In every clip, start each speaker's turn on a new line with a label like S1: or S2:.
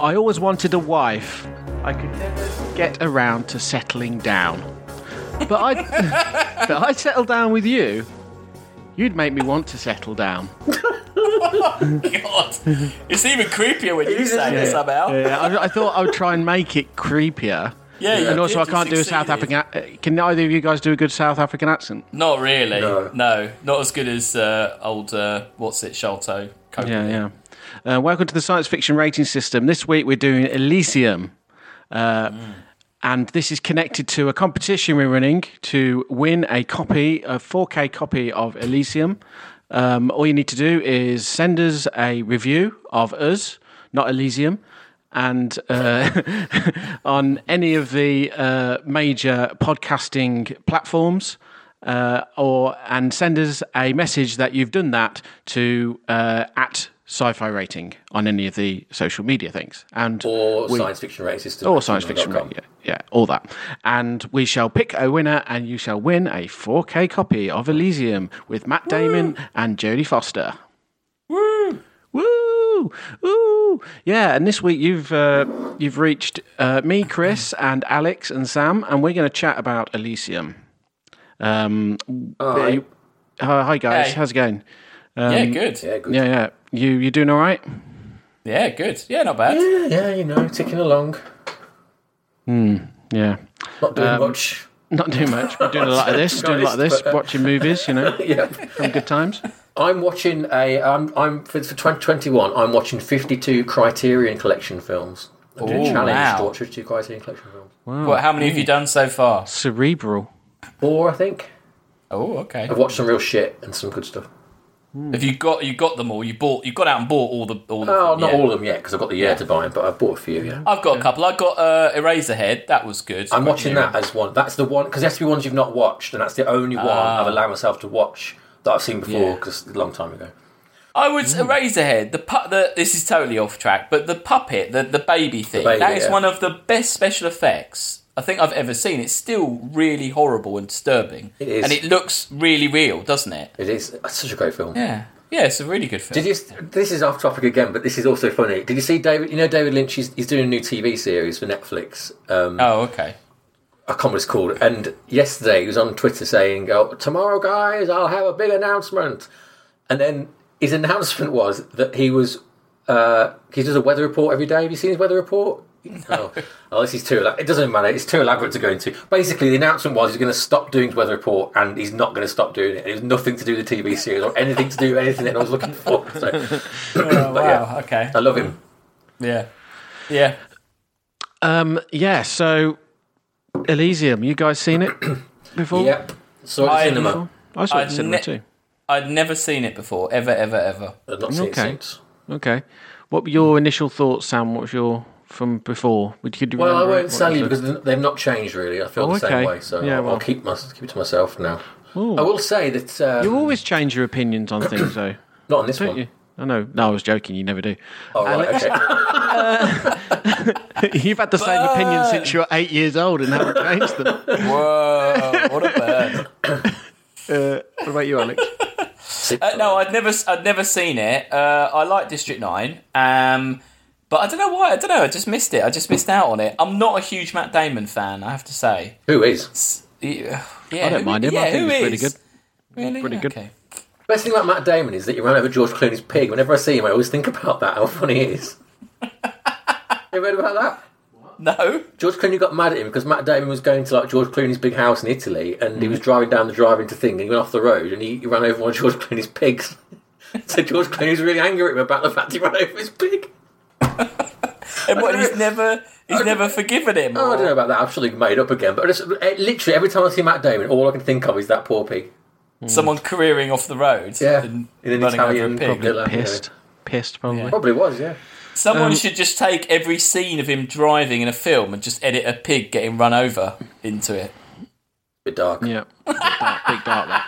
S1: I always wanted a wife. I could never get around to settling down. But I, but I settled down with you. You'd make me want to settle down.
S2: God. It's even creepier when you say it somehow.
S1: Yeah, I, I thought I would try and make it creepier.
S2: Yeah, you
S1: and also
S2: did,
S1: I
S2: you
S1: can't do a South
S2: succeeded.
S1: African. ac- Can either of you guys do a good South African accent?
S2: Not really. No,
S3: No.
S2: not as good as uh, old uh, what's it, Sholto. Copley.
S1: Yeah, yeah. Uh, welcome to the science fiction rating system. This week we're doing Elysium. Uh, And this is connected to a competition we're running to win a copy, a 4K copy of Elysium. Um, all you need to do is send us a review of us, not Elysium, and uh, on any of the uh, major podcasting platforms uh, or and send us a message that you've done that to uh, at sci-fi rating on any of the social media things and
S3: Or science fiction rate system.
S1: or Oh, science fiction
S3: gmail.com.
S1: radio yeah all that and we shall pick a winner and you shall win a 4k copy of elysium with matt damon and jodie foster woo woo woo yeah and this week you've uh, you've reached uh, me chris and alex and sam and we're going to chat about elysium um
S3: Alright.
S1: hi, Uh, hi guys
S2: Hey.
S1: how's it going
S2: yeah,
S1: Um,
S2: good. Yeah.
S3: Yeah, good.
S1: yeah yeah you you doing all right
S2: good. Yeah, not bad.
S3: Yeah, yeah, you know, ticking along.
S1: yeah
S3: Not doing much.
S1: not doing much we're doing a lot of this doing a lot of this watching movies you know
S3: Yeah.
S1: having good times
S3: I'm watching a. I'm. I'm for, for 2021. I'm watching 52 Criterion Collection films. I'm doing
S2: Ooh,
S3: a challenge
S2: wow.
S3: to watch 52 Criterion Collection films.
S2: What, how many have you
S3: Mm.
S2: done so far?
S1: cerebral.
S3: Four, I think.
S2: Oh, okay.
S3: I've watched some real shit and some good stuff.
S2: Have you got you got them all? You bought you got out and bought all the all. the-
S3: Oh, not
S2: yeah. Oh,
S3: all of them yet because I've got the year to buy them, but I bought a few. Yeah.
S2: I've got a couple. I got uh, Eraserhead. That was good.
S3: I'm watching that as one. That's the one because it has to be ones you've not watched, and that's the only one I've allowed myself to watch that I've seen before
S2: Yeah.
S3: because a long time ago.
S2: I would
S3: Mm.
S2: Eraserhead. The, pu- the this is totally off track, but the puppet, the the baby thing,
S3: baby,
S2: that is
S3: yeah.
S2: one of the best special effects I think I've ever seen. It's still really horrible and disturbing,
S3: It is.
S2: and it looks really real, doesn't it?
S3: It is it's such a great film.
S2: Yeah, yeah, it's a really good film.
S3: Did you? This is off topic again, but this is also funny. Did you see David? You know David Lynch. He's, he's doing a new TV series for Netflix. Um,
S2: Oh, okay.
S3: I can't remember what it's called. And yesterday he was on Twitter saying, "Oh, tomorrow, guys, I'll have a big announcement." And then his announcement was that he was. Uh, he does a weather report every day. Have you seen his weather report? Oh, oh, this is too. ela- It doesn't matter. It's too elaborate to go into. Basically, the announcement was he's going to stop doing his weather report, and he's not going to stop doing it. It was nothing to do with the TV series or anything to do with anything that I was looking for. So,
S2: Oh,
S3: but yeah,
S2: wow. Okay.
S3: I love him.
S2: Yeah. Yeah.
S1: Um, yeah. So, Elysium. You guys seen it before?
S3: Yep. So at
S2: I-
S3: the cinema,
S1: I saw it in
S2: I've
S1: cinema
S2: ne-
S1: too.
S2: I'd never seen it before, ever, ever, ever.
S3: I've not seen it
S1: Okay.
S3: since.
S1: Okay. What were your initial thoughts, Sam? What was your from before? Would you do you
S3: Well, I
S1: remember it?
S3: won't
S1: What
S3: sell
S1: was
S3: you
S1: it?
S3: because th- they've not changed really. I feel
S1: Oh,
S3: the same
S1: okay.
S3: way, so
S1: Yeah,
S3: I'll,
S1: well.
S3: I'll keep my, keep it to myself now. I will say that um,
S1: you always change your opinions on things, though.
S3: not on this
S1: Don't
S3: one.
S1: you? I know. No, I was joking. You never do.
S3: Oh, right, okay.
S1: You've had the same opinion since you were eight years old and haven't changed them.
S2: Whoa, what a bird.
S1: What about you, Alex?
S2: Uh, no, I'd never, I'd never seen it. Uh, I like District Nine, um, but I don't know why. I don't know. I just missed it. I just missed out on it. I'm not a huge Matt Damon fan. I have to say.
S3: Who is?
S2: Yeah,
S1: I don't mind him. I think he's pretty good.
S2: Really,
S1: Pretty good.
S2: Okay.
S3: Best thing about Matt Damon is that you ran over George Clooney's pig. Whenever I see him, I always think about that. How funny it is. you read about that?
S2: No,
S3: George Clooney got mad at him because Matt Damon was going to like George Clooney's big house in Italy, and he
S2: Mm.
S3: was driving down the drive into thing, and he went off the road, and he, he ran over one of George Clooney's pigs. so George Clooney was really angry at him about the fact he ran over his pig.
S2: and what,
S3: don't
S2: he's
S3: know.
S2: never, he's never forgiven him.
S3: Oh, I
S2: or-
S3: don't know about that. Absolutely made up again. But I just, eh, literally, every time I see Matt Damon, all I can think of is that poor pig.
S2: Someone careering off the road.
S3: Yeah,
S2: and
S3: in an
S2: running over a
S3: Italian
S2: pig.
S3: pub.
S1: Pissed. Pissed, probably.
S2: Yeah.
S3: Probably was, yeah. Um,
S2: Someone should just take every scene of him driving in a film and just edit a pig getting run over into it.
S3: bit dark.
S1: Yeah, big dark, big dark that.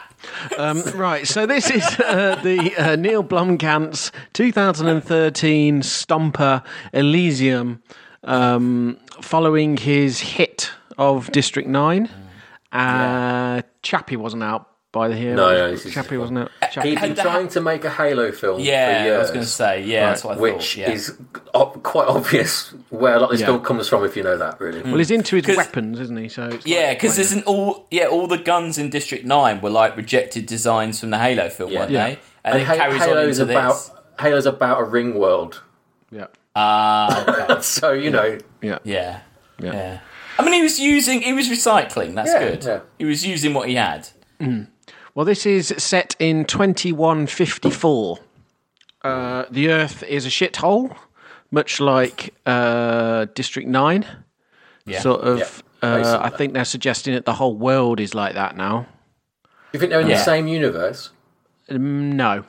S1: Um, right, so this is uh, the uh, Neil Blomkamp's 2013 Stomper Elysium, um, following his hit of District Nine. Uh, Chappie wasn't out by the hero.
S3: No, no, this is- Uh,
S1: Chappie, wasn't it? Chappie.
S3: He'd been
S2: Had the-
S3: trying to make a Halo film
S2: Yeah,
S3: for years,
S2: I was going to say. Yeah, that's what I
S3: uh, which
S2: thought. Yeah.
S3: is ob- quite obvious where a lot of this
S1: Yeah.
S3: film comes from, if you know that,
S2: Mm.
S3: really.
S1: Well, he's into his
S2: 'Cause-
S1: weapons, isn't he? So it's
S2: yeah,
S1: like-
S2: because
S1: like-
S2: isn't all yeah all the guns in District Nine were like rejected designs from the Halo film, weren't
S1: Yeah.
S2: they? And, it
S3: Ha-
S2: carries on
S3: Halo's
S2: into
S3: about
S2: this.
S3: Halo's about a ring world,
S1: yeah,
S2: Ah, okay.
S3: so you know,
S1: yeah,
S2: yeah,
S1: Yeah.
S2: yeah, I mean, he was using he was recycling. That's
S3: Yeah,
S2: good.
S3: yeah.
S2: He was using what he had.
S1: Well, this is set in 2154. Uh, the Earth is a shithole, much like uh, District 9.
S2: Yeah.
S1: Sort of.
S3: Yeah,
S1: uh,
S3: basically.
S1: I think they're suggesting that the whole world is like that now.
S3: you think they're in the
S2: Yeah.
S3: same universe.
S1: Um, no.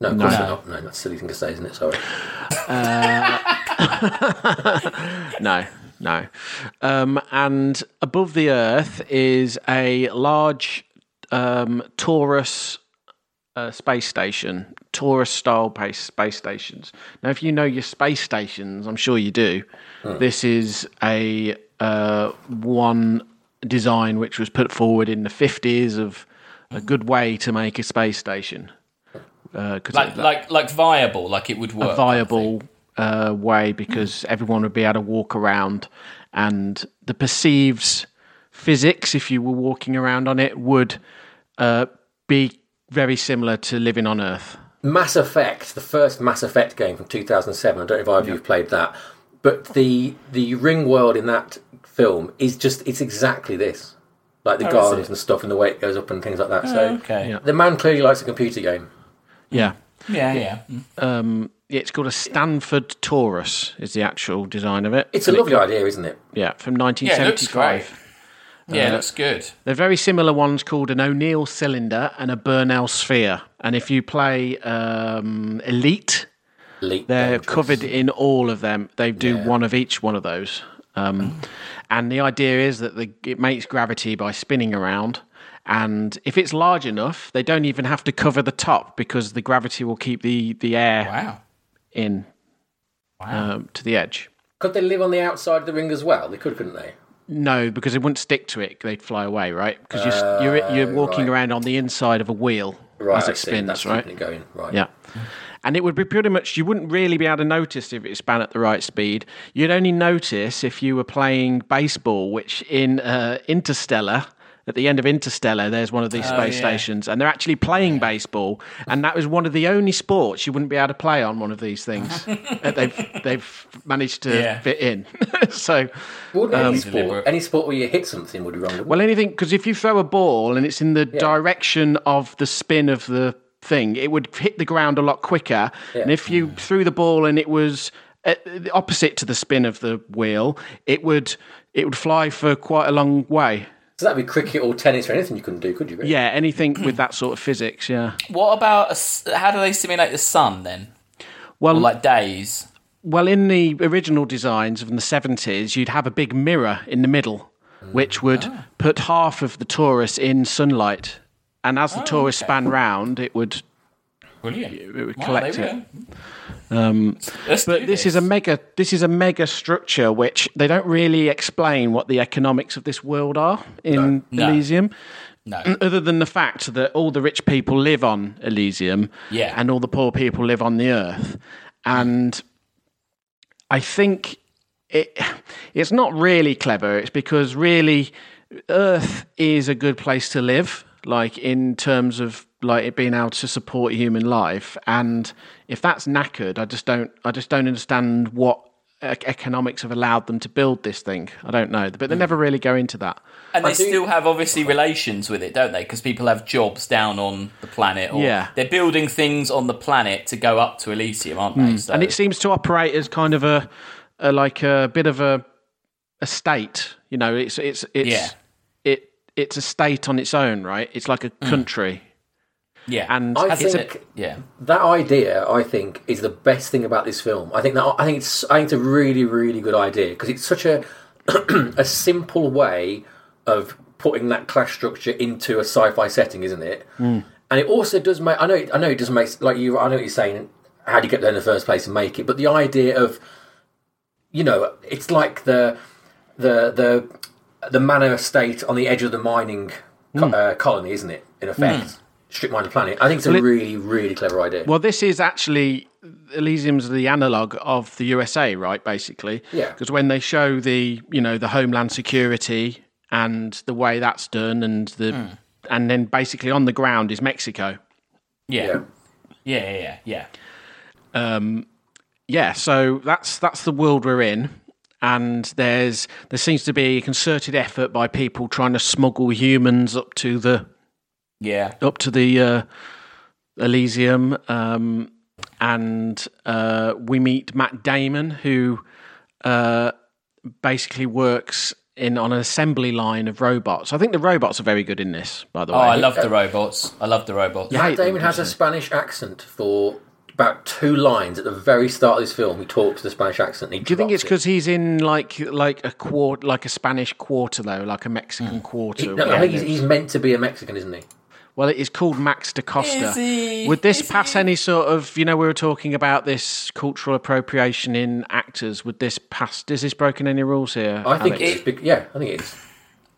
S3: No, of course
S2: No.
S3: they're not. No, that's a silly thing to say, isn't it? Sorry.
S1: No. No. Um, and above the Earth is a large um, Taurus uh, space station, Taurus style space, space stations. Now, if you know your space stations, I'm sure you do, this is a uh, one design which was put forward in the 50s of a good way to make a space station. Uh 'cause
S2: Like, like, like viable, like it would work.
S1: viable uh, way because everyone would be able to walk around and the perceived physics, if you were walking around on it, would uh, be very similar to living on Earth.
S3: Mass Effect, the first Mass Effect game from 2007. I don't know if either of you've played that, but the the ring world in that film is just it's exactly this, like the
S2: Oh, is
S3: gardens
S2: it?
S3: and stuff and the way it goes up and things like that.
S1: Oh,
S3: so
S2: Okay. Yeah.
S3: the man clearly likes a computer game.
S1: Yeah.
S2: Yeah. Mm-hmm. yeah.
S1: It's called a Stanford Taurus, is the actual design of it.
S3: It's a lovely idea, isn't it?
S1: Yeah, from
S2: it looks
S1: 1975.
S2: great.
S1: Uh,
S2: Yeah, looks good.
S1: They're very similar ones called an O'Neill cylinder and a Burnell sphere. And if you play um, Elite,
S3: Leak
S1: They're
S3: dangerous.
S1: covered in all of them. They do
S3: Yeah. Mm.
S1: one of each one of those. Um, and the idea is that the, it makes gravity by spinning around. And if it's large enough, they don't even have to cover the top because the gravity will keep the, the air
S2: Wow.
S1: in
S2: Wow.
S1: um, to the edge.
S3: Could they live on the outside of the ring as well? They could, couldn't they?
S1: No, because they wouldn't stick to it. They'd fly away, right? Because you're, s- you're, you're walking
S3: Uh, right.
S1: around on the inside of a wheel
S3: Right,
S1: as
S3: I
S1: it
S3: see.
S1: spins,
S3: That's
S1: right?
S3: keeping it going. Right.
S1: Yeah. And it would be pretty much, you wouldn't really be able to notice if it span at the right speed. You'd only notice if you were playing baseball, which in uh, Interstellar, at the end of Interstellar, there's one of these space
S2: Oh, yeah.
S1: stations, and they're actually playing baseball. And that was one of the only sports you wouldn't be able to play on one of these things that they've, they've managed to
S2: Yeah.
S1: fit in. so,
S3: Wouldn't
S1: Um,
S3: any sport,
S2: Deliberate.
S3: any sport where you hit something would be wrong? Well,
S1: well, anything, because if you throw a ball and it's in the direction of the spin of the thing, it would hit the ground a lot quicker. And if you threw the ball and it was uh, the opposite to the spin of the wheel, it would it would fly for quite a long way.
S3: so that'd be cricket or tennis or anything you couldn't do, could you? really?
S1: Yeah, anything with that sort of physics. Yeah.
S2: What about a s how do they simulate the sun then?
S1: Well,
S2: Or like days?
S1: Well, in the original designs from the 70s, you'd have a big mirror in the middle, which would put half of the Taurus in sunlight. And as the Taurus span round, it would.
S2: Brilliant.
S1: it would collect
S2: there we
S1: it. Um,
S2: go. Let's
S1: But
S2: do
S1: this is a mega. This is a mega structure which they don't really explain what the economics of this world are in
S2: No.
S1: Elysium,
S2: no.
S1: other than the fact that all the rich people live on Elysium,
S2: Yeah.
S1: and all the poor people live on the Earth, and I think it it's not really clever. It's because really Earth is a good place to live, like in terms of like it being able to support human life. And if that's knackered, I just don't I just don't understand what e- economics have allowed them to build this thing. I don't know, but they never really go into that.
S2: And they
S3: do-
S2: still have obviously relations with it, don't they? Because people have jobs down on the planet, or
S1: Yeah.
S2: they're building things on the planet to go up to Elysium, aren't
S3: Mm.
S2: they? So,
S1: And it seems to operate as kind of a, a like a bit of a a state. You know, it's it's it's
S2: Yeah.
S1: it it's a state on its own, right? It's like a country.
S2: yeah,
S1: And
S3: I
S1: it's a
S3: think
S2: yeah,
S3: that idea, I think, is the best thing about this film. I think that I think it's I think it's a really really good idea because it's such a a simple way of putting that class structure into a sci-fi setting, isn't it? And it also does make I know it- I know it doesn't make like you I know what you're saying. How do you get there in the first place and make it? But the idea of you know it's like the the the the manor estate on the edge of the mining co-
S1: Hmm.
S3: uh, colony, isn't it? In effect, strip mine the planet. I think it's a really, really clever idea.
S1: Well, this is actually Elysium's the analog of the USA, right? Basically,
S3: Yeah.
S1: Because when they show the you know the homeland security and the way that's done, and the and then basically on the ground is Mexico.
S2: Yeah.
S3: yeah.
S2: Yeah, yeah, yeah, yeah.
S1: Yeah, so that's that's the world we're in, and there's there seems to be a concerted effort by people trying to smuggle humans up to the
S2: Yeah.
S1: up to the uh, Elysium, um, and uh, we meet Matt Damon, who uh, basically works in on an assembly line of robots. I think the robots are very good in this, by the
S2: Oh,
S1: way.
S2: I love the robots. I love the robots.
S1: Yeah.
S3: Matt
S1: hate them,
S3: Damon has a Spanish accent for about two lines at the very start of this film. He talks the Spanish accent. and he
S1: Do you think
S3: drops
S1: it's
S3: it.
S1: because he's in like like a quarter, like a Spanish quarter though, like a Mexican quarter? or
S3: Mm. No, I
S1: whatever
S3: think
S1: it
S3: he's,
S1: is?
S3: he's meant to be a Mexican, isn't he?
S1: Well, it is called Max da Costa.
S2: Is he?
S1: Would this
S2: Is
S1: pass
S2: he?
S1: any sort of, you know, we were talking about this cultural appropriation in actors. Would this pass? Is this broken any rules here?
S3: I think
S1: Alex?
S3: it's big. Yeah, I think it is.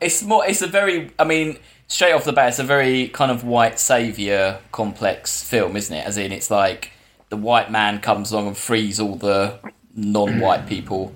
S2: It's more. It's a very. I mean, straight off the bat, it's a very kind of white savior complex film, isn't it? As in, it's like the white man comes along and frees all the non-white people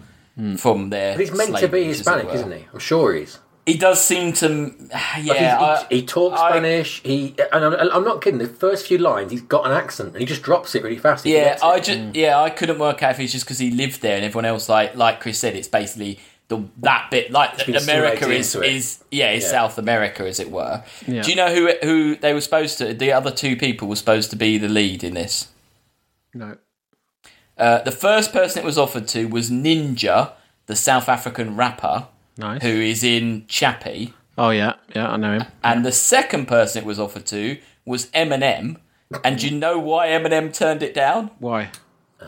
S2: from their.
S3: Mm. But he's meant to be
S2: slavery, as it
S3: Hispanic,
S2: were.
S3: isn't he? I'm sure he is.
S2: He does seem to.
S3: He's-
S2: Yeah, I-
S3: he, he talks
S2: I-
S3: Spanish. He and I'm, I'm not kidding. The first few lines, he's got an accent, and he just drops it really fast. He
S2: Yeah,
S3: forgets it. Mm.
S2: I just yeah, I couldn't work out if it's just because he lived there and everyone else like like Chris said, it's basically the that bit like
S3: been
S2: America
S3: surveyed
S2: is
S3: into it.
S2: is yeah, is
S3: Yeah.
S2: South America as it were.
S1: Yeah.
S2: Do you know who who they were supposed to? The other two people were supposed to be the lead in this.
S1: no.
S2: Uh, the first person it was offered to was Ninja, the South African rapper
S1: Nice.
S2: who is in Chappie,
S1: Oh yeah, yeah, I know him.
S2: and the second person it was offered to was Eminem. And do you know why Eminem turned it down?
S1: Why?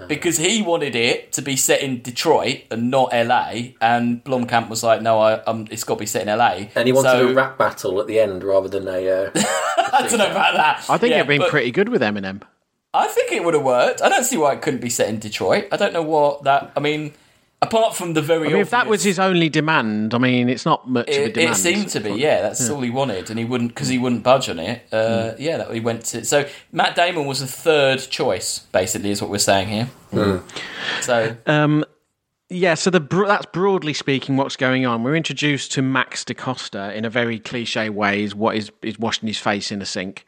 S2: because he wanted it to be set in Detroit and not LA, and Blomkamp was like, "No, I, um, it's got to be set in LA."
S3: and he wants
S2: so,
S3: to do a rap battle at the end rather than a. Uh,
S2: I don't know about that.
S1: I think
S2: Yeah,
S1: it'd been
S2: but
S1: pretty good with Eminem.
S2: I think it would have worked. I don't see why it couldn't be set in Detroit. I don't know what that. I mean, apart from the very.
S1: I mean, if that was
S2: obvious-
S1: his only demand, I mean, it's not much of a
S2: It,
S1: demand.
S2: it seemed to be, yeah. That's all he wanted, and he wouldn't because he wouldn't budge on it. Uh,
S1: Hmm.
S2: Yeah, that he went to. So Matt Damon was the third choice, basically, is what we're saying here.
S3: Hmm.
S2: So
S1: Uh, Yeah, so the bro- that's broadly speaking what's going on. We're introduced to Max DaCosta in a very cliche way. Is what is is washing his face in a sink,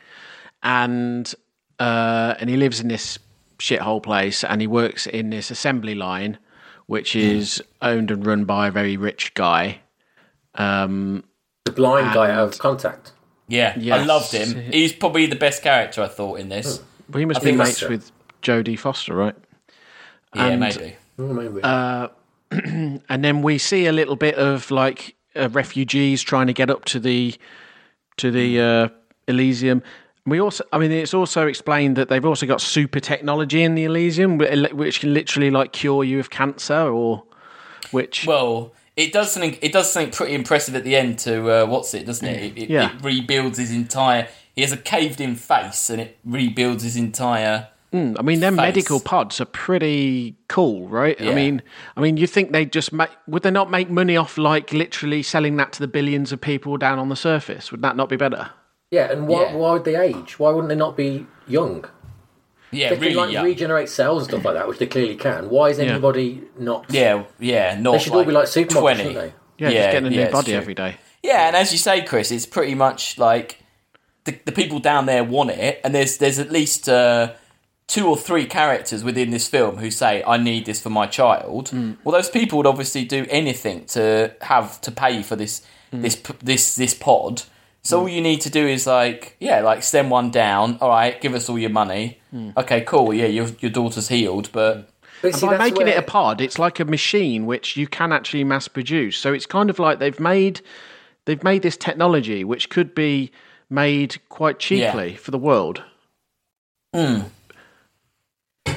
S1: and uh, and he lives in this shithole place, and he works in this assembly line, which is owned and run by a very rich guy.
S3: the blind guy out of contact.
S2: yeah, I
S1: Yes.
S2: loved him. He's probably the best character I thought in this.
S3: Hmm.
S1: Well, he must be
S2: think
S1: mates
S3: that's-
S1: with Jodie Foster, right?
S2: Yeah,
S1: And-
S2: maybe.
S3: Oh, maybe.
S2: Uh,
S1: and then we see a little bit of like uh, refugees trying to get up to the to the uh, Elysium. We also, I mean, it's also explained that they've also got super technology in the Elysium, wh- ele- which can literally like cure you of cancer or which.
S2: Well, it does something. It does something pretty impressive at the end to uh, what's it, doesn't it? It, it,
S1: Yeah.
S2: it rebuilds his entire. He has a caved-in face, and it rebuilds his entire.
S1: I mean, their
S2: face.
S1: medical pods are pretty cool, right? I
S2: Yeah.
S1: mean, I mean, you think they just make? Would they not make money off like literally selling that to the billions of people down on the surface? Would that not be better?
S3: yeah, and why,
S2: yeah.
S3: why would they age? Why wouldn't they not be young?
S2: Yeah,
S3: They
S2: really
S3: can like
S2: young.
S3: regenerate cells and stuff like that, which they clearly can. Why is anybody not?
S2: yeah, yeah. Not
S3: they should all be like supermodels,
S2: twenty.
S3: shouldn't they?
S1: Yeah, just getting a new
S2: yeah, it's
S1: body
S2: true.
S1: every day.
S2: Yeah, and as you say, Chris, it's pretty much like the, the people down there want it, and there's there's at least uh, two or three characters within this film who say, "I need this for my child." Well, those people would obviously do anything to have to pay for this this p- this this pod. So all you need to do is like, yeah, like send one down. All right, give us all your money. Okay, cool. Yeah, your your daughter's healed, but
S3: But see,
S1: By
S3: that's
S1: making
S3: where-
S1: it a pod, it's like a machine which you can actually mass produce. So it's kind of like they've made they've made this technology which could be made quite cheaply for the world.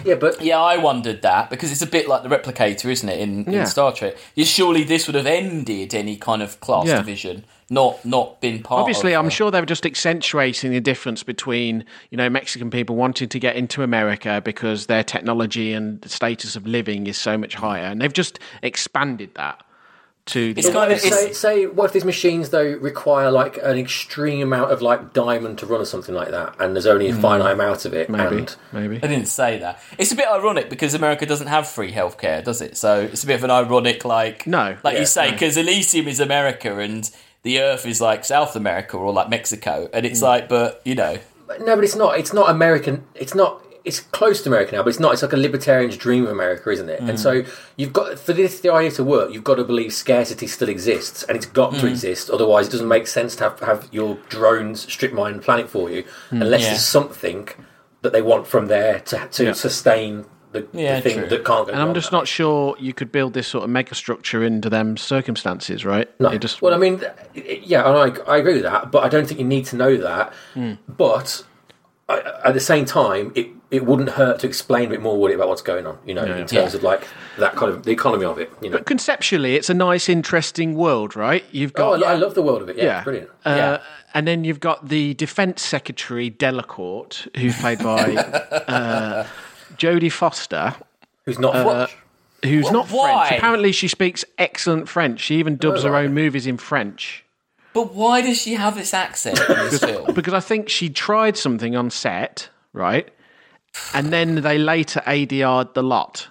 S3: Yeah, but
S2: Yeah, I wondered that because it's a bit like the replicator, isn't it? In,
S1: Yeah.
S2: in Star Trek, Yeah, surely this would have ended any kind of class
S1: Yeah.
S2: division, not not been part.
S1: Obviously,
S2: of
S1: I'm
S2: a-
S1: sure they were just accentuating the difference between you know Mexican people wanting to get into America because their technology and status of living is so much higher, and they've just expanded that. to the
S2: It's kind of
S3: say,
S2: it's,
S3: say, what if these machines though require like an extreme amount of like diamond to run or something like that, and there's
S2: Hmm.
S3: only a finite amount of it,
S1: maybe
S3: and
S1: maybe.
S2: I didn't say that. It's a bit ironic because America doesn't have free healthcare, does it? So it's a bit of an ironic, like
S1: No.
S2: like
S1: Yeah,
S2: you say, because Elysium is America and the Earth is like South America or like Mexico, and
S1: Mm.
S2: it's like, but you know,
S3: No, but it's not. It's not American. It's not. It's close to America now, but it's not. It's like a libertarian's dream of America, isn't it?
S1: Mm.
S3: And so you've got for this the idea to work, you've got to believe scarcity still exists, and it's got
S1: Mm.
S3: to exist. Otherwise, it doesn't make sense to have, have your drones strip mine the planet for you,
S1: Mm,
S3: unless
S2: Yeah.
S3: there's something that they want from there to to
S1: Yeah.
S3: sustain the,
S2: Yeah,
S3: the thing
S2: true.
S3: that can't go.
S1: And I'm just not sure you could build this sort of megastructure into them circumstances, right? It just
S3: well, I mean, th- yeah, and I, I agree with that, but I don't think you need to know that. But I, at the same time, it, it wouldn't hurt to explain a bit more, would it, about what's going on? You know, in terms
S2: Yeah.
S3: of like that kind of the economy of it. You know,
S1: conceptually, it's a nice, interesting world, right? You've
S3: oh, I,
S1: got
S3: lo- I love the world of it. Yeah,
S1: yeah,
S3: brilliant.
S1: Uh,
S2: Yeah.
S1: And then you've got the Defence Secretary Delacourt, who's played by uh, Jodie Foster.
S3: Who's not French?
S1: who's not
S2: why?
S1: French. Apparently, she speaks excellent French. She even dubs her
S3: right.
S1: own movies in French
S2: but why does she have this accent in this film?
S1: because I think she tried something on set, right? And then they later ADR'd the lot.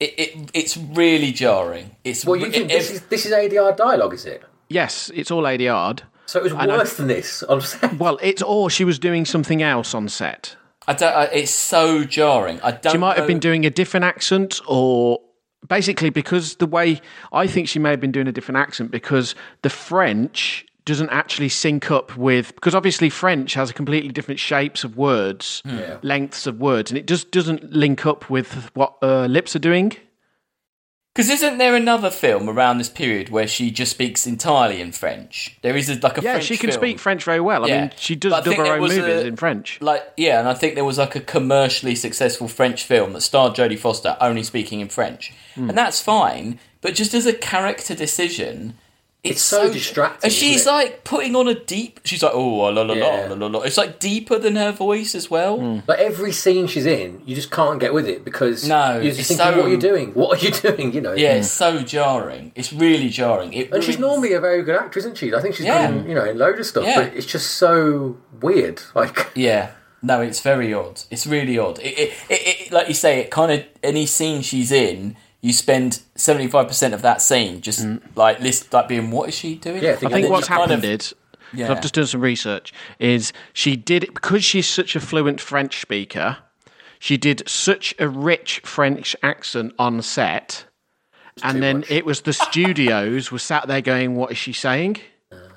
S2: It, it it's really jarring. It's
S3: Well, you
S2: re-
S3: think
S2: it-
S3: this is this is ADR dialogue, is it?
S1: Yes, it's all ADR'd.
S3: So it was
S1: know. Hmm.
S3: worse than this. I'm saying.
S1: Well, it's or she was doing something else on set.
S2: I don't. I, it's so jarring. I don't.
S1: She might have
S2: know-
S1: been doing a different accent or basically because the way I think she may have been doing a different accent because the French doesn't actually sync up with because obviously French has completely different shapes of words,
S2: Hmm.
S1: lengths of words, and it just doesn't link up with what uh, lips are doing.
S2: Because isn't there another film around this period where she just speaks entirely in French? There is a, like a
S1: Yeah,
S2: French
S1: she can
S2: film.
S1: speak French very well. I
S2: Yeah.
S1: mean, she
S2: But I
S1: does dub
S2: think
S1: her
S2: there
S1: own
S2: was
S1: movies
S2: a-
S1: in French.
S2: Like yeah, and I think there was like a commercially successful French film that starred Jodie Foster only speaking in French,
S1: Hmm.
S2: and that's fine. But just as a character decision, it's,
S3: It's so distracting,
S2: And
S3: isn't
S2: she's
S3: it?
S2: like putting on a deep. She's like oh la la la
S3: Yeah.
S2: la la la. It's like deeper than her voice as well.
S1: Hmm.
S3: Like every scene she's in, you just can't get with it because
S2: No,
S3: you're
S2: it's
S3: just thinking,
S2: so-
S3: what are you doing? What are you doing? You know,
S2: Yeah, it's
S1: Hmm.
S2: so jarring. It's really jarring. It
S3: And she's
S2: ruins-
S3: normally a very good actor, isn't she? I think she's
S2: Yeah.
S3: done, you know, in loads of stuff,
S2: Yeah.
S3: but it's just so weird. Like,
S2: Yeah. No, it's very odd. It's really odd. It, it, it, it like you say, it kind of any scene she's in, you spend seventy five percent of that scene just like list like being what is she doing?
S3: Yeah, I
S1: Mm. I
S3: think-
S2: And
S1: think
S2: then
S1: what's
S2: you kind
S1: happened
S2: of-
S1: is, 'cause
S2: Yeah.
S1: I've just done some research, is she did it because she's such a fluent French speaker, she did such a rich French accent on set. And then it was the studios were sat there going, What is she saying?
S2: Uh, oh,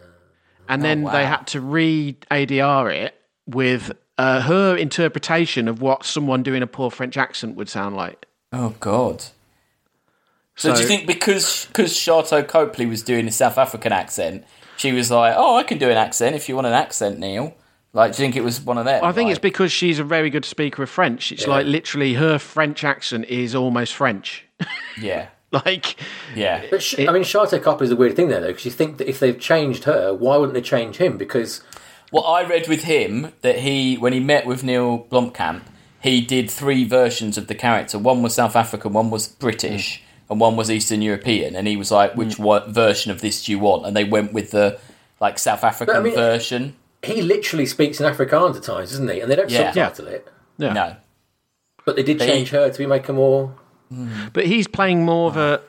S1: And then they had to re ADR it with uh, her interpretation of what someone doing a poor French accent would sound like.
S2: Oh God. So, do
S1: So-
S2: you think because because Sharto Copley was doing a South African accent, she was like, "Oh, I can do an accent if you want an accent, Neil." Like, do you think it was one of them?
S1: I think
S2: like,
S1: it's because she's a very good speaker of French. It's like literally her French accent is almost French.
S2: yeah,
S1: like
S2: yeah.
S3: but sh I mean, Shartek Copper is the weird thing there, though, because you think that if they've changed her, why wouldn't they change him? Because
S2: Well, I read with him that he, when he met with Neil Blomkamp, he did three versions of the character. One was South African, one was British,
S3: Mm.
S2: and one was Eastern European. And he was like, "Which what version of this do you want?" And they went with the like South African
S3: mean-
S2: version.
S3: he literally speaks in Afrikaans at times, doesn't he? And they don't
S2: Yeah.
S3: subtitle it.
S1: yeah.
S2: No,
S3: But they did change her to make her more.
S1: But he's playing more of a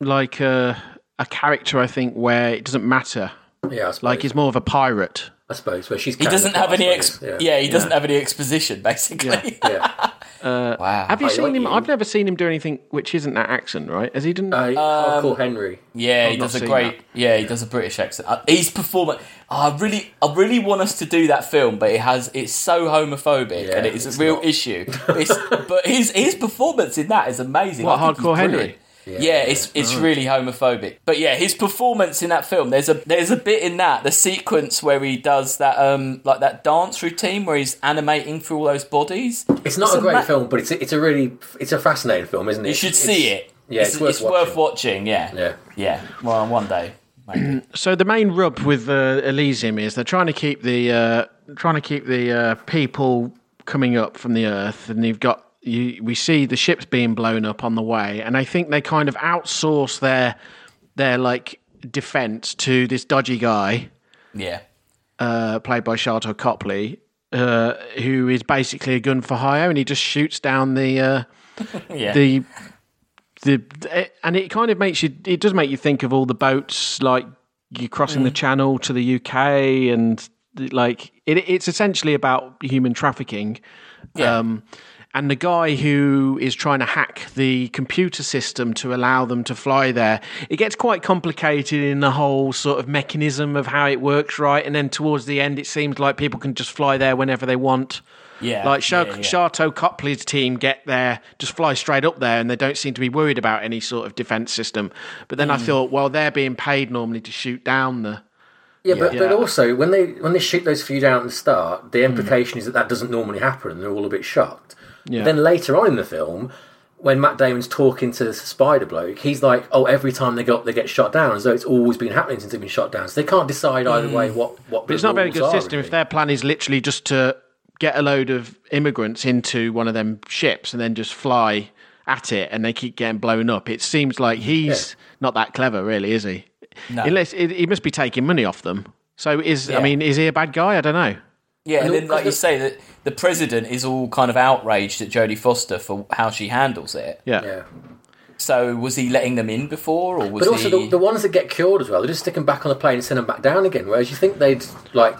S1: like a a character I think where it doesn't matter.
S3: Yeah, I suppose.
S1: Like he's more of a pirate.
S3: I suppose where she's.
S2: he doesn't have any. Ex- yeah.
S3: Yeah.
S2: he doesn't have any exposition. Basically,
S3: yeah.
S2: wow.
S1: Have you
S3: I
S1: seen
S3: like
S1: him?
S3: you.
S1: I've never seen him do anything which isn't that accent, right? Has he done?
S3: Uh,
S2: um,
S3: Hardcore Henry.
S2: Yeah, he
S1: not
S2: does a
S1: seen
S2: great. Yeah, he does a British accent. Uh, He's performing. I really, I really want us to do that film, but it has. It's so homophobic,
S3: Yeah,
S2: and it is
S3: it's
S2: a real
S3: not.
S2: issue. It's, but his his performance in that is amazing.
S1: What,
S2: I think he's
S1: Hardcore Henry?
S2: brilliant. Yeah, it's it's
S3: Oh.
S2: really homophobic. But yeah, his performance in that film. There's a there's a bit in that the sequence where he does that um like that dance routine where he's animating through all those bodies.
S3: It's not a
S2: a
S3: great
S2: ma-
S3: film, but it's a, it's a really it's a fascinating film, isn't it?
S2: You should see it.
S3: Yeah, it's, worth watching.
S2: worth watching. Yeah,
S3: Yeah.
S2: yeah. Well, one day. Maybe.
S1: So the main rub with uh, Elysium is they're trying to keep the uh, trying to keep the uh, people coming up from the earth, and you've got you. We see the ships being blown up on the way, and I think they kind of outsource their their like defense to this dodgy guy
S2: Yeah.
S1: uh, played by Charlton Copley, uh, who is basically a gun for hire, and he just shoots down the uh,
S2: Yeah.
S1: the the eh, and it kind of makes you it does make you think of all the boats like you crossing
S2: Mm.
S1: the channel to the UK and like it, it's essentially about human trafficking
S2: Yeah.
S1: um and the guy who is trying to hack the computer system to allow them to fly there it gets quite complicated in the whole sort of mechanism of how it works right and then towards the end it seems like people can just fly there whenever they want
S2: yeah.
S1: like Shark,
S2: yeah, yeah.
S1: Sharto Copley's team get there, just fly straight up there, and they don't seem to be worried about any sort of defense system. But then I
S2: Hmm.
S1: thought, well, they're being paid normally to shoot down the.
S3: Yeah, but, but
S1: Yeah.
S3: also when they when they shoot those few down at the start, the implication is that that doesn't normally happen, and they're all a bit shocked.
S1: Yeah.
S3: Then later on in the film, when Matt Damon's talking to this spider bloke, he's like, "Oh, every time they go up, they get shot down, as though it's always been happening since they've been shot down." So they can't decide either way what what.
S1: But it's not a very good system if their plan is literally just to get a load of immigrants into one of them ships and then just fly at it, and they keep getting blown up. It seems like he's not that clever, really, is he?
S2: No.
S1: Unless it, he must be taking money off them. So is
S2: Yeah.
S1: I mean, is he a bad guy? I don't know.
S2: Yeah, and
S3: And
S2: then
S3: all-
S2: like you say that the president is all kind of outraged at Jodie Foster for how she handles it.
S1: Yeah.
S3: Yeah.
S2: So was he letting them in before, or was
S3: But also
S2: he?
S3: the, the ones that get cured as well, they just stick them back on the plane and send them back down again. Whereas you think they'd like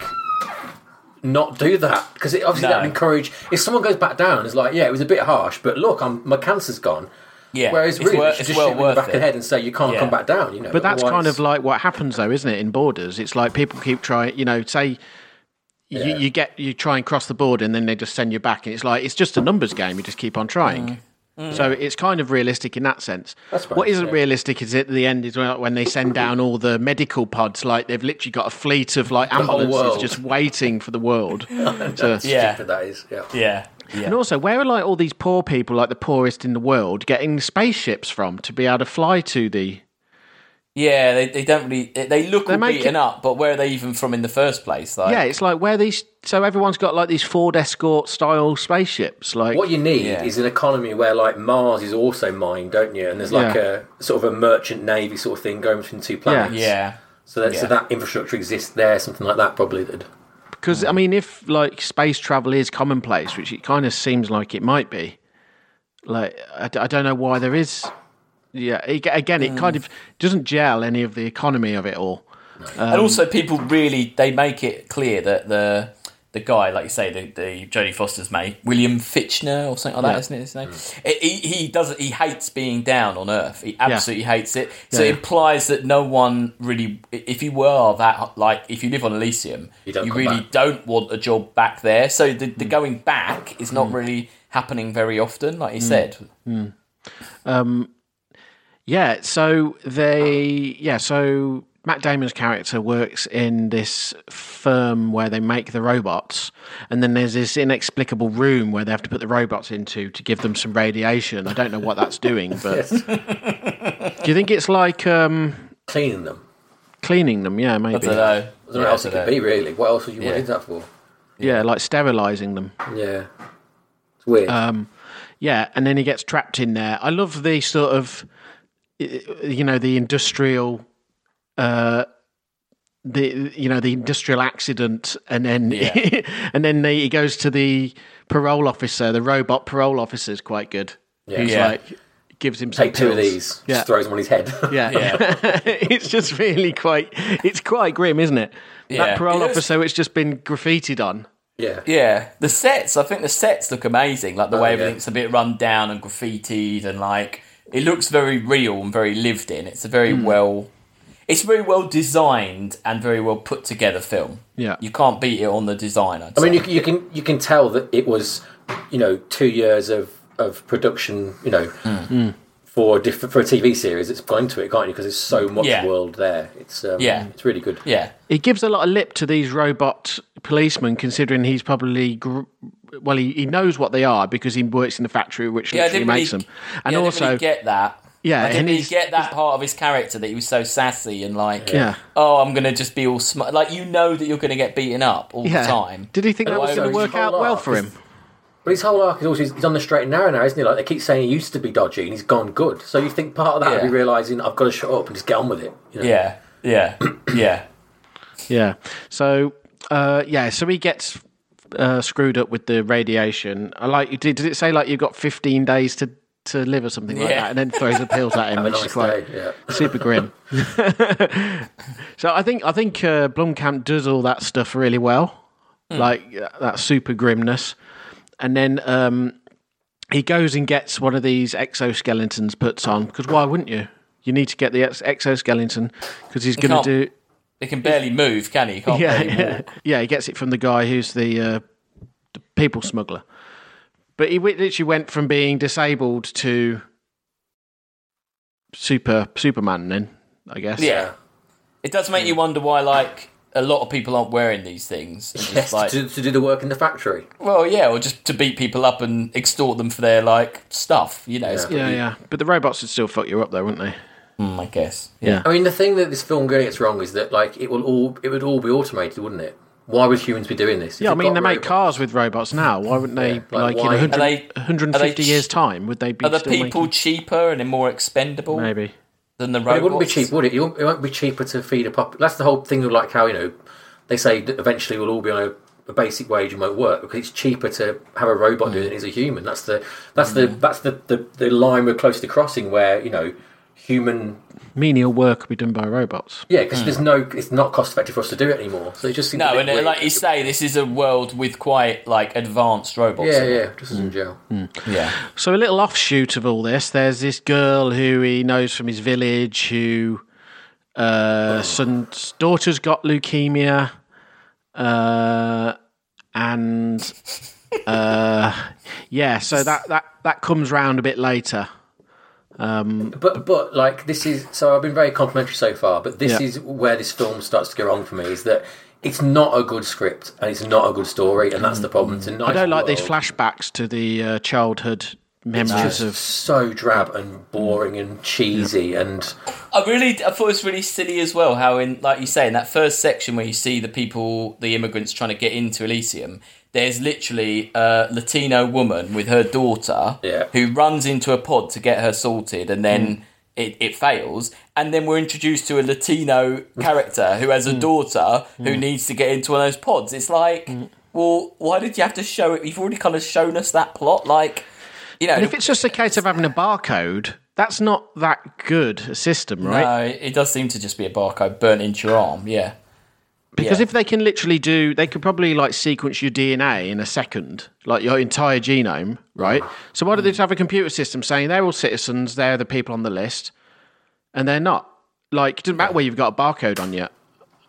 S3: not do that because obviously
S2: No.
S3: that would encourage. If someone goes back down, it's like, yeah, it was a bit harsh, but look, I'm, my cancer's gone.
S2: yeah,
S3: Whereas really,
S2: wor-
S3: you should just shoot them in the back of the head and say you can't
S2: Yeah.
S3: come back down. You know,
S1: But that's
S3: otherwise-
S1: kind of like what happens, though, isn't it? In borders, it's like people keep trying. You know, say you,
S3: Yeah.
S1: you get you try and cross the border, and then they just send you back, and it's like it's just a numbers game. You just keep on trying. So it's kind of realistic in that sense.
S3: Mm. That's right,
S1: what isn't
S3: yeah.
S1: realistic is at the end is when when they send down all the medical pods, like they've literally got a fleet of like
S3: whole
S1: ambulances
S3: world.
S1: just waiting for the world. to,
S2: Yeah.
S3: stupid that is. Yeah.
S2: Yeah, yeah.
S1: And also, where are like all these poor people, like the poorest in the world, getting spaceships from to be able to fly to the
S2: Yeah, they, they don't really. They look all
S1: make
S2: beaten
S1: it-
S2: up, but where are they even from in the first place? Like,
S1: Yeah, it's like where these. So everyone's got like these Ford Escort style spaceships. Like,
S3: What you need
S2: Yeah.
S3: is an economy where like Mars is also mined, don't you? And there's like
S1: Yeah.
S3: a sort of a merchant navy sort of thing going between two planets.
S2: yeah,
S3: So that,
S2: Yeah.
S3: so that infrastructure exists there, something like that probably. Did.
S1: because I mean, if like space travel is commonplace, which it kind of seems like it might be, like I, d- I don't know why there is. Yeah, it, again, it
S3: Mm.
S1: kind of doesn't gel any of the economy of it all. Um,
S2: and also people really they make it clear that the the guy, like you say, the, the Jodie Foster's mate, William Fitchner or something like
S1: Yeah.
S2: that, isn't it his name? It- he he doesn't he hates being down on Earth. He absolutely hates it. So
S1: Yeah.
S2: it implies that no one really, if you were that like if you live on Elysium,
S3: You don't come
S2: really
S3: back.
S2: don't want a job back there. So the,
S1: Mm.
S2: the going back is not really happening very often, like
S1: Mm.
S2: you said.
S1: Yeah, so they yeah, so Matt Damon's character works in this firm where they make the robots, and then there's this inexplicable room where they have to put the robots into to give them some radiation. I don't know what that's doing, but do you think it's like um,
S3: Cleaning them.
S1: cleaning them? Yeah,
S2: I
S1: maybe.
S2: don't know.
S3: I don't know what else it could be really. What else would you
S2: Yeah.
S3: want to do that for?
S1: Yeah, like sterilizing them.
S3: Yeah. It's weird.
S1: Uh, Yeah, and then he gets trapped in there. I love the sort of, i- you know, the industrial, uh, the you know the industrial accident, and then and then they, he goes to the parole officer. The robot parole officer is quite good. Who's
S2: Yeah.
S1: like gives him some
S3: Take two of
S1: pills.
S3: these.
S1: Yeah.
S3: Just throws them on his head.
S1: Yeah, it's just really quite. It's quite grim, isn't it?
S2: Yeah.
S1: That parole
S2: You know, it's-
S1: officer, it's just been graffitied on.
S3: yeah.
S2: Yeah, the sets. I think the sets look amazing. Like the
S1: Oh,
S2: way
S3: yeah.
S2: everything's a bit run down and graffitied, and like it looks very real and very lived in. It's a very
S1: Hmm.
S2: well, it's a very well designed and very well put together film.
S1: Yeah.
S2: you can't beat it on the design. I'd
S3: I
S2: say.
S3: mean, you, you can you can tell that it was, you know, two years of, of production, you know, for a different for a TV series. It's gone to it, can't you? Because there's so much
S2: Yeah.
S3: world there. It's um,
S2: Yeah.
S3: it's really good.
S2: yeah,
S1: It gives a lot of lip to these robot policemen, considering he's probably gr- well, he, he knows what they are because he works in the factory which
S2: yeah. I
S1: literally
S2: didn't
S1: makes
S2: really,
S1: them. And
S2: yeah, I
S1: also,
S2: didn't really get that.
S1: Yeah,
S2: I didn't
S1: and
S2: really
S1: he's-
S2: get that part of his character that he was so sassy and like,
S1: Yeah.
S2: oh, I'm gonna just be all smart. Like you know that you're gonna get beaten up all
S1: yeah,
S2: the time.
S1: did he think that was
S2: why
S1: going
S2: would
S1: to
S2: you
S1: work out
S3: hold
S1: well
S3: off?
S1: for him?
S3: But his whole arc is always he's on the straight and narrow now, isn't he? Like they keep saying he used to be dodgy and he's gone good. So you think part of that would
S2: Yeah.
S3: be realizing I've got to shut up and just get on with it. You know?
S2: Yeah, yeah, yeah.
S1: Yeah. So uh, yeah, so he gets uh, screwed up with the radiation. I like. Did, did it say like you've got 15 days to to live or something like
S2: Yeah.
S1: that, and then throws the pills at him,
S3: Have a
S1: which is
S3: nice
S1: quite
S3: day, yeah.
S1: super grim. so I think I think uh, Blomkamp does all that stuff really well,
S2: Hmm.
S1: like uh, that super grimness, and then. Um, he goes and gets one of these exoskeletons puts on because why wouldn't you? You need to get the ex- exoskeleton because he's going
S2: can't-
S1: to do
S2: He can barely move, can he? He Can't
S1: yeah,
S2: barely
S1: yeah,
S2: walk.
S1: yeah. He gets it from the guy who's the, uh, the people smuggler. But he wi- literally went from being disabled to super Superman. Then I guess.
S2: Yeah. It does
S3: Hmm.
S2: make you wonder why, like, a lot of people aren't wearing these things. And just,
S3: Yes,
S2: like,
S3: to, to do the work in the factory.
S2: well, yeah, or just to beat people up and extort them for their like stuff. You know, it's
S1: yeah, yeah. But the robots would still fuck you up, though, wouldn't they?
S2: Mm, I guess.
S1: Yeah.
S3: I mean, the thing that this film really gets wrong is that like it will all it would all be automated, wouldn't it? Why would humans be doing this? If
S1: Yeah, I
S3: you've
S1: mean,
S3: got
S1: they make
S3: robots-
S1: cars with robots now. Why wouldn't they,
S3: Yeah,
S1: like,
S3: like,
S1: in
S3: why-
S1: 100,
S2: Are they-
S1: 150
S2: are they-
S1: years' time, would they be
S2: Are the
S1: still
S2: people
S1: making...
S2: cheaper and more expendable
S1: Maybe.
S2: than the
S3: But
S2: robots?
S3: it wouldn't be cheap, would it? It won't, it won't be cheaper to feed a pop. That's the whole thing of like how you know they say that eventually we'll all be on a, a basic wage and won't work because it's cheaper to have a robot do it
S2: Mm.
S3: than it is a human. That's the that's the that's the, the the line we're close to crossing where you know human
S1: Menial work would be done by robots.
S3: yeah because there's no it's not cost effective for us to do it anymore. So it just seems a
S2: Mm. No,
S3: bit
S2: and uh,
S3: weird.
S2: like you say, this is a world with quite like advanced robots. in
S3: yeah
S2: it.
S3: yeah just in jail.
S2: yeah.
S1: So a little offshoot of all this, there's this girl who he knows from his village, who uh, son's daughter's got leukemia, uh, and uh, yeah, so that that that comes round a bit later.
S3: But but like this is so I've been very complimentary so far, but this
S1: Yeah.
S3: is where this film starts to go wrong for me is that it's not a good script and it's not a good story and that's the problem. It's a nice
S1: I don't like these
S3: world.
S1: flashbacks to the uh, childhood memories
S3: It's
S1: of.
S3: so drab and boring and cheesy and
S2: I really, I thought it was really silly as well. How in, like you say, in that first section where you see the people, the immigrants trying to get into Elysium, there's literally a Latino woman with her daughter
S3: Yeah.
S2: who runs into a pod to get her sorted, and then
S1: Mm.
S2: it, it fails. And then we're introduced to a Latino character who
S1: Mm.
S2: has a daughter who needs to get into one of those pods. It's like,
S1: Mm.
S2: well, why did you have to show it? You've already kind of shown us that plot, like. You know,
S1: And if it's just a case of having a barcode, that's not that good a system, right?
S2: no, it does seem to just be a barcode burnt into your arm. Yeah.
S1: Because
S2: Yeah.
S1: if they can literally do, they could probably like sequence your DNA in a second, like your entire genome, right? So why do they just have a computer system saying they're all citizens, they're the people on the list, and they're not? Like it doesn't matter whether you've got a barcode on your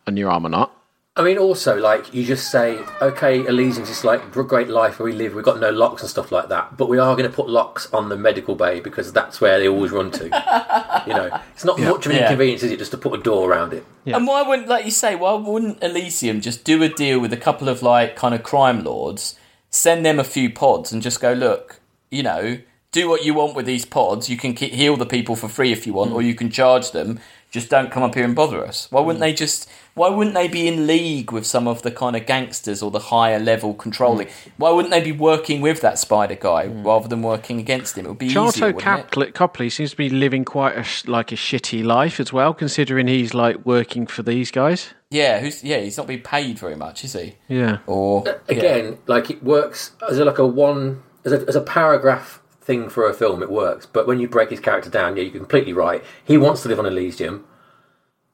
S1: on your arm or not.
S3: I mean, also, like, you just say, okay, Elysium's just like gr- great life where we live, we've got no locks and stuff like that, but we are going to put locks on the medical bay because that's where they always run to. you know, it's not much of an
S2: Yeah.
S3: inconvenience, is it, just to put a door around it?
S2: And why wouldn't, like you say, why wouldn't Elysium just do a deal with a couple of like kind of crime lords, send them a few pods, and just go, look, you know, do what you want with these pods. You can ki- heal the people for free if you want, or you can charge them. Just don't come up here and bother us. Why wouldn't they just? Why wouldn't they be in league with some of the kind of gangsters or the higher level controlling? Why wouldn't they be working with that spider guy rather than working against him? It would be easier,
S1: Charto
S2: wouldn't it?
S1: Cap- Copley seems to be living quite a sh- like a shitty life as well, considering he's like working for these guys.
S2: Yeah, who's yeah? He's not being paid very much, is he?
S1: Yeah,
S2: Or
S3: again, like it works as a, like a one as a, as a paragraph thing for a film. It works, but when you break his character down, yeah, you're completely right. He wants to live on Elysium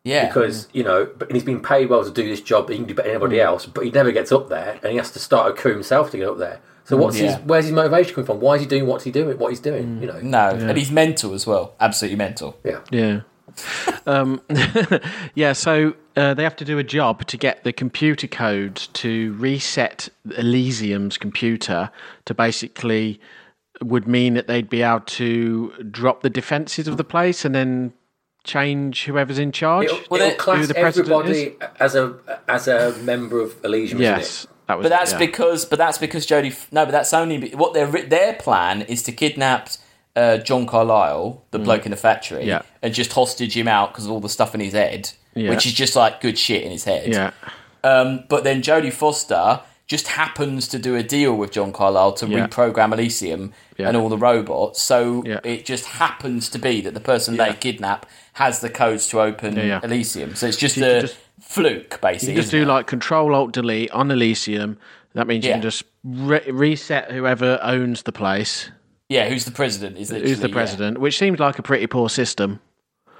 S2: yeah,
S3: because you know, but and he's been paid well to do this job. He can do better than anybody else, but he never gets up there, and he has to start a coup himself to get up there. So what's
S2: yeah.
S3: his? Where's his motivation coming from? Why is he doing what he's doing? What he's doing? You know,
S2: No, and he's mental as well. Absolutely mental.
S3: yeah.
S1: yeah, um, yeah. So uh, they have to do a job to get the computer code to reset Elysium's computer to basically would mean that they'd be able to drop the defenses of the place and then change whoever's in charge.
S3: It'll,
S2: Well,
S3: it'll
S2: that-
S1: who
S3: class
S1: the president
S3: everybody as a as a member of Elysium. isn't
S1: yes, that was.
S2: But that's
S1: yeah.
S2: because, but that's because Jodie. F- No, but that's only be- what their ri- their plan is to kidnap uh, John Carlyle, the bloke in the factory,
S1: Mm. Yeah.
S2: and just hostage him out because of all the stuff in his head,
S1: Yeah.
S2: which is just like good shit in his head.
S1: yeah,
S2: Um, but then Jodie Foster just happens to do a deal with John Carlyle to
S1: Yeah.
S2: reprogram Elysium and all the robots. So
S1: Yeah.
S2: it just happens to be that the person they kidnap has the codes to open
S1: yeah.
S2: Elysium. So it's just
S1: you
S2: a
S1: could just-
S2: fluke, basically.
S1: You just
S2: isn't
S1: do
S2: it?
S1: like Control Alt Delete on Elysium. That means you
S2: Yeah.
S1: can just re- reset whoever owns the place,
S2: yeah, who's the president?
S1: who's
S2: Is
S1: the
S2: literally, yeah.
S1: president, which seems like a pretty poor system.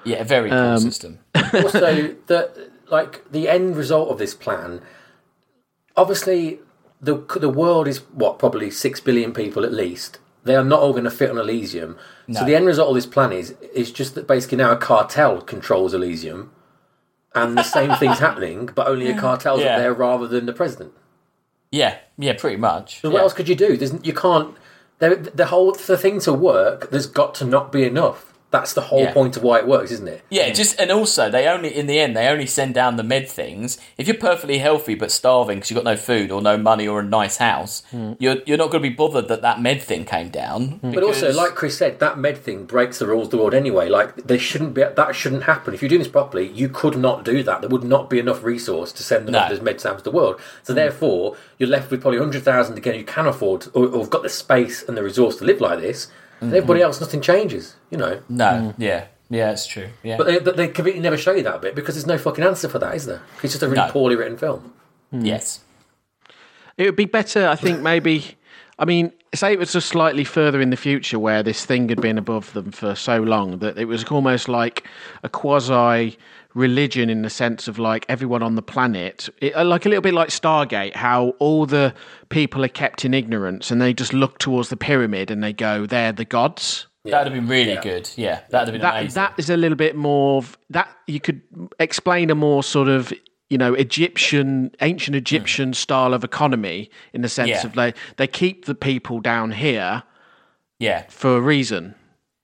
S2: Yeah, a very poor
S1: Um,
S2: system.
S3: also the like the end result of this plan obviously the the world is what probably 6 billion people at least they are not all going to fit on elysium so the end result of this plan is is just that basically now a cartel controls elysium and the same thing's happening but only a cartel's
S2: Yeah.
S3: up there rather than the president
S2: Yeah, yeah, pretty much.
S3: what else could you do There's, you can't there, the whole the thing to work there's got to not be enough that's the whole
S2: Yeah.
S3: point of why it works isn't it
S2: Yeah, just and also they only in the end they only send down the med things. If you're perfectly healthy but starving because you've got no food or no money or a nice house,
S1: Hmm.
S2: you're you're not going to be bothered that that med thing came down.
S3: But also, like Chris said, that med thing breaks the rules of the world anyway. Like they shouldn't be. That shouldn't happen. If you're doing this properly, you could not do that. There would not be enough resource to send them
S2: No. Mm.
S3: off as med sams to the world. So therefore, you're left with probably hundred thousand again who can afford or, or have got the space and the resource to live like this.
S2: Mm-hmm.
S3: And everybody else, nothing changes. You know.
S2: no,
S1: Hmm.
S2: yeah, yeah, it's true. Yeah,
S3: But they, but they completely never show you that bit because there's no fucking answer for that, is there? It's just a really
S2: No.
S3: poorly written film.
S2: yes,
S1: It would be better, I think, maybe. I mean, say it was just slightly further in the future where this thing had been above them for so long that it was almost like a quasi religion in the sense of like everyone on the planet, it, uh, like a little bit like Stargate, how all the people are kept in ignorance and they just look towards the pyramid and they go, they're the gods.
S2: that'd have been really good. Yeah, that'd have been
S1: That,
S2: amazing.
S1: that is a little bit more of that you could explain a more sort of you know Egyptian ancient Egyptian style of economy in the sense
S2: Yeah.
S1: of they they keep the people down here
S2: yeah,
S1: for a reason.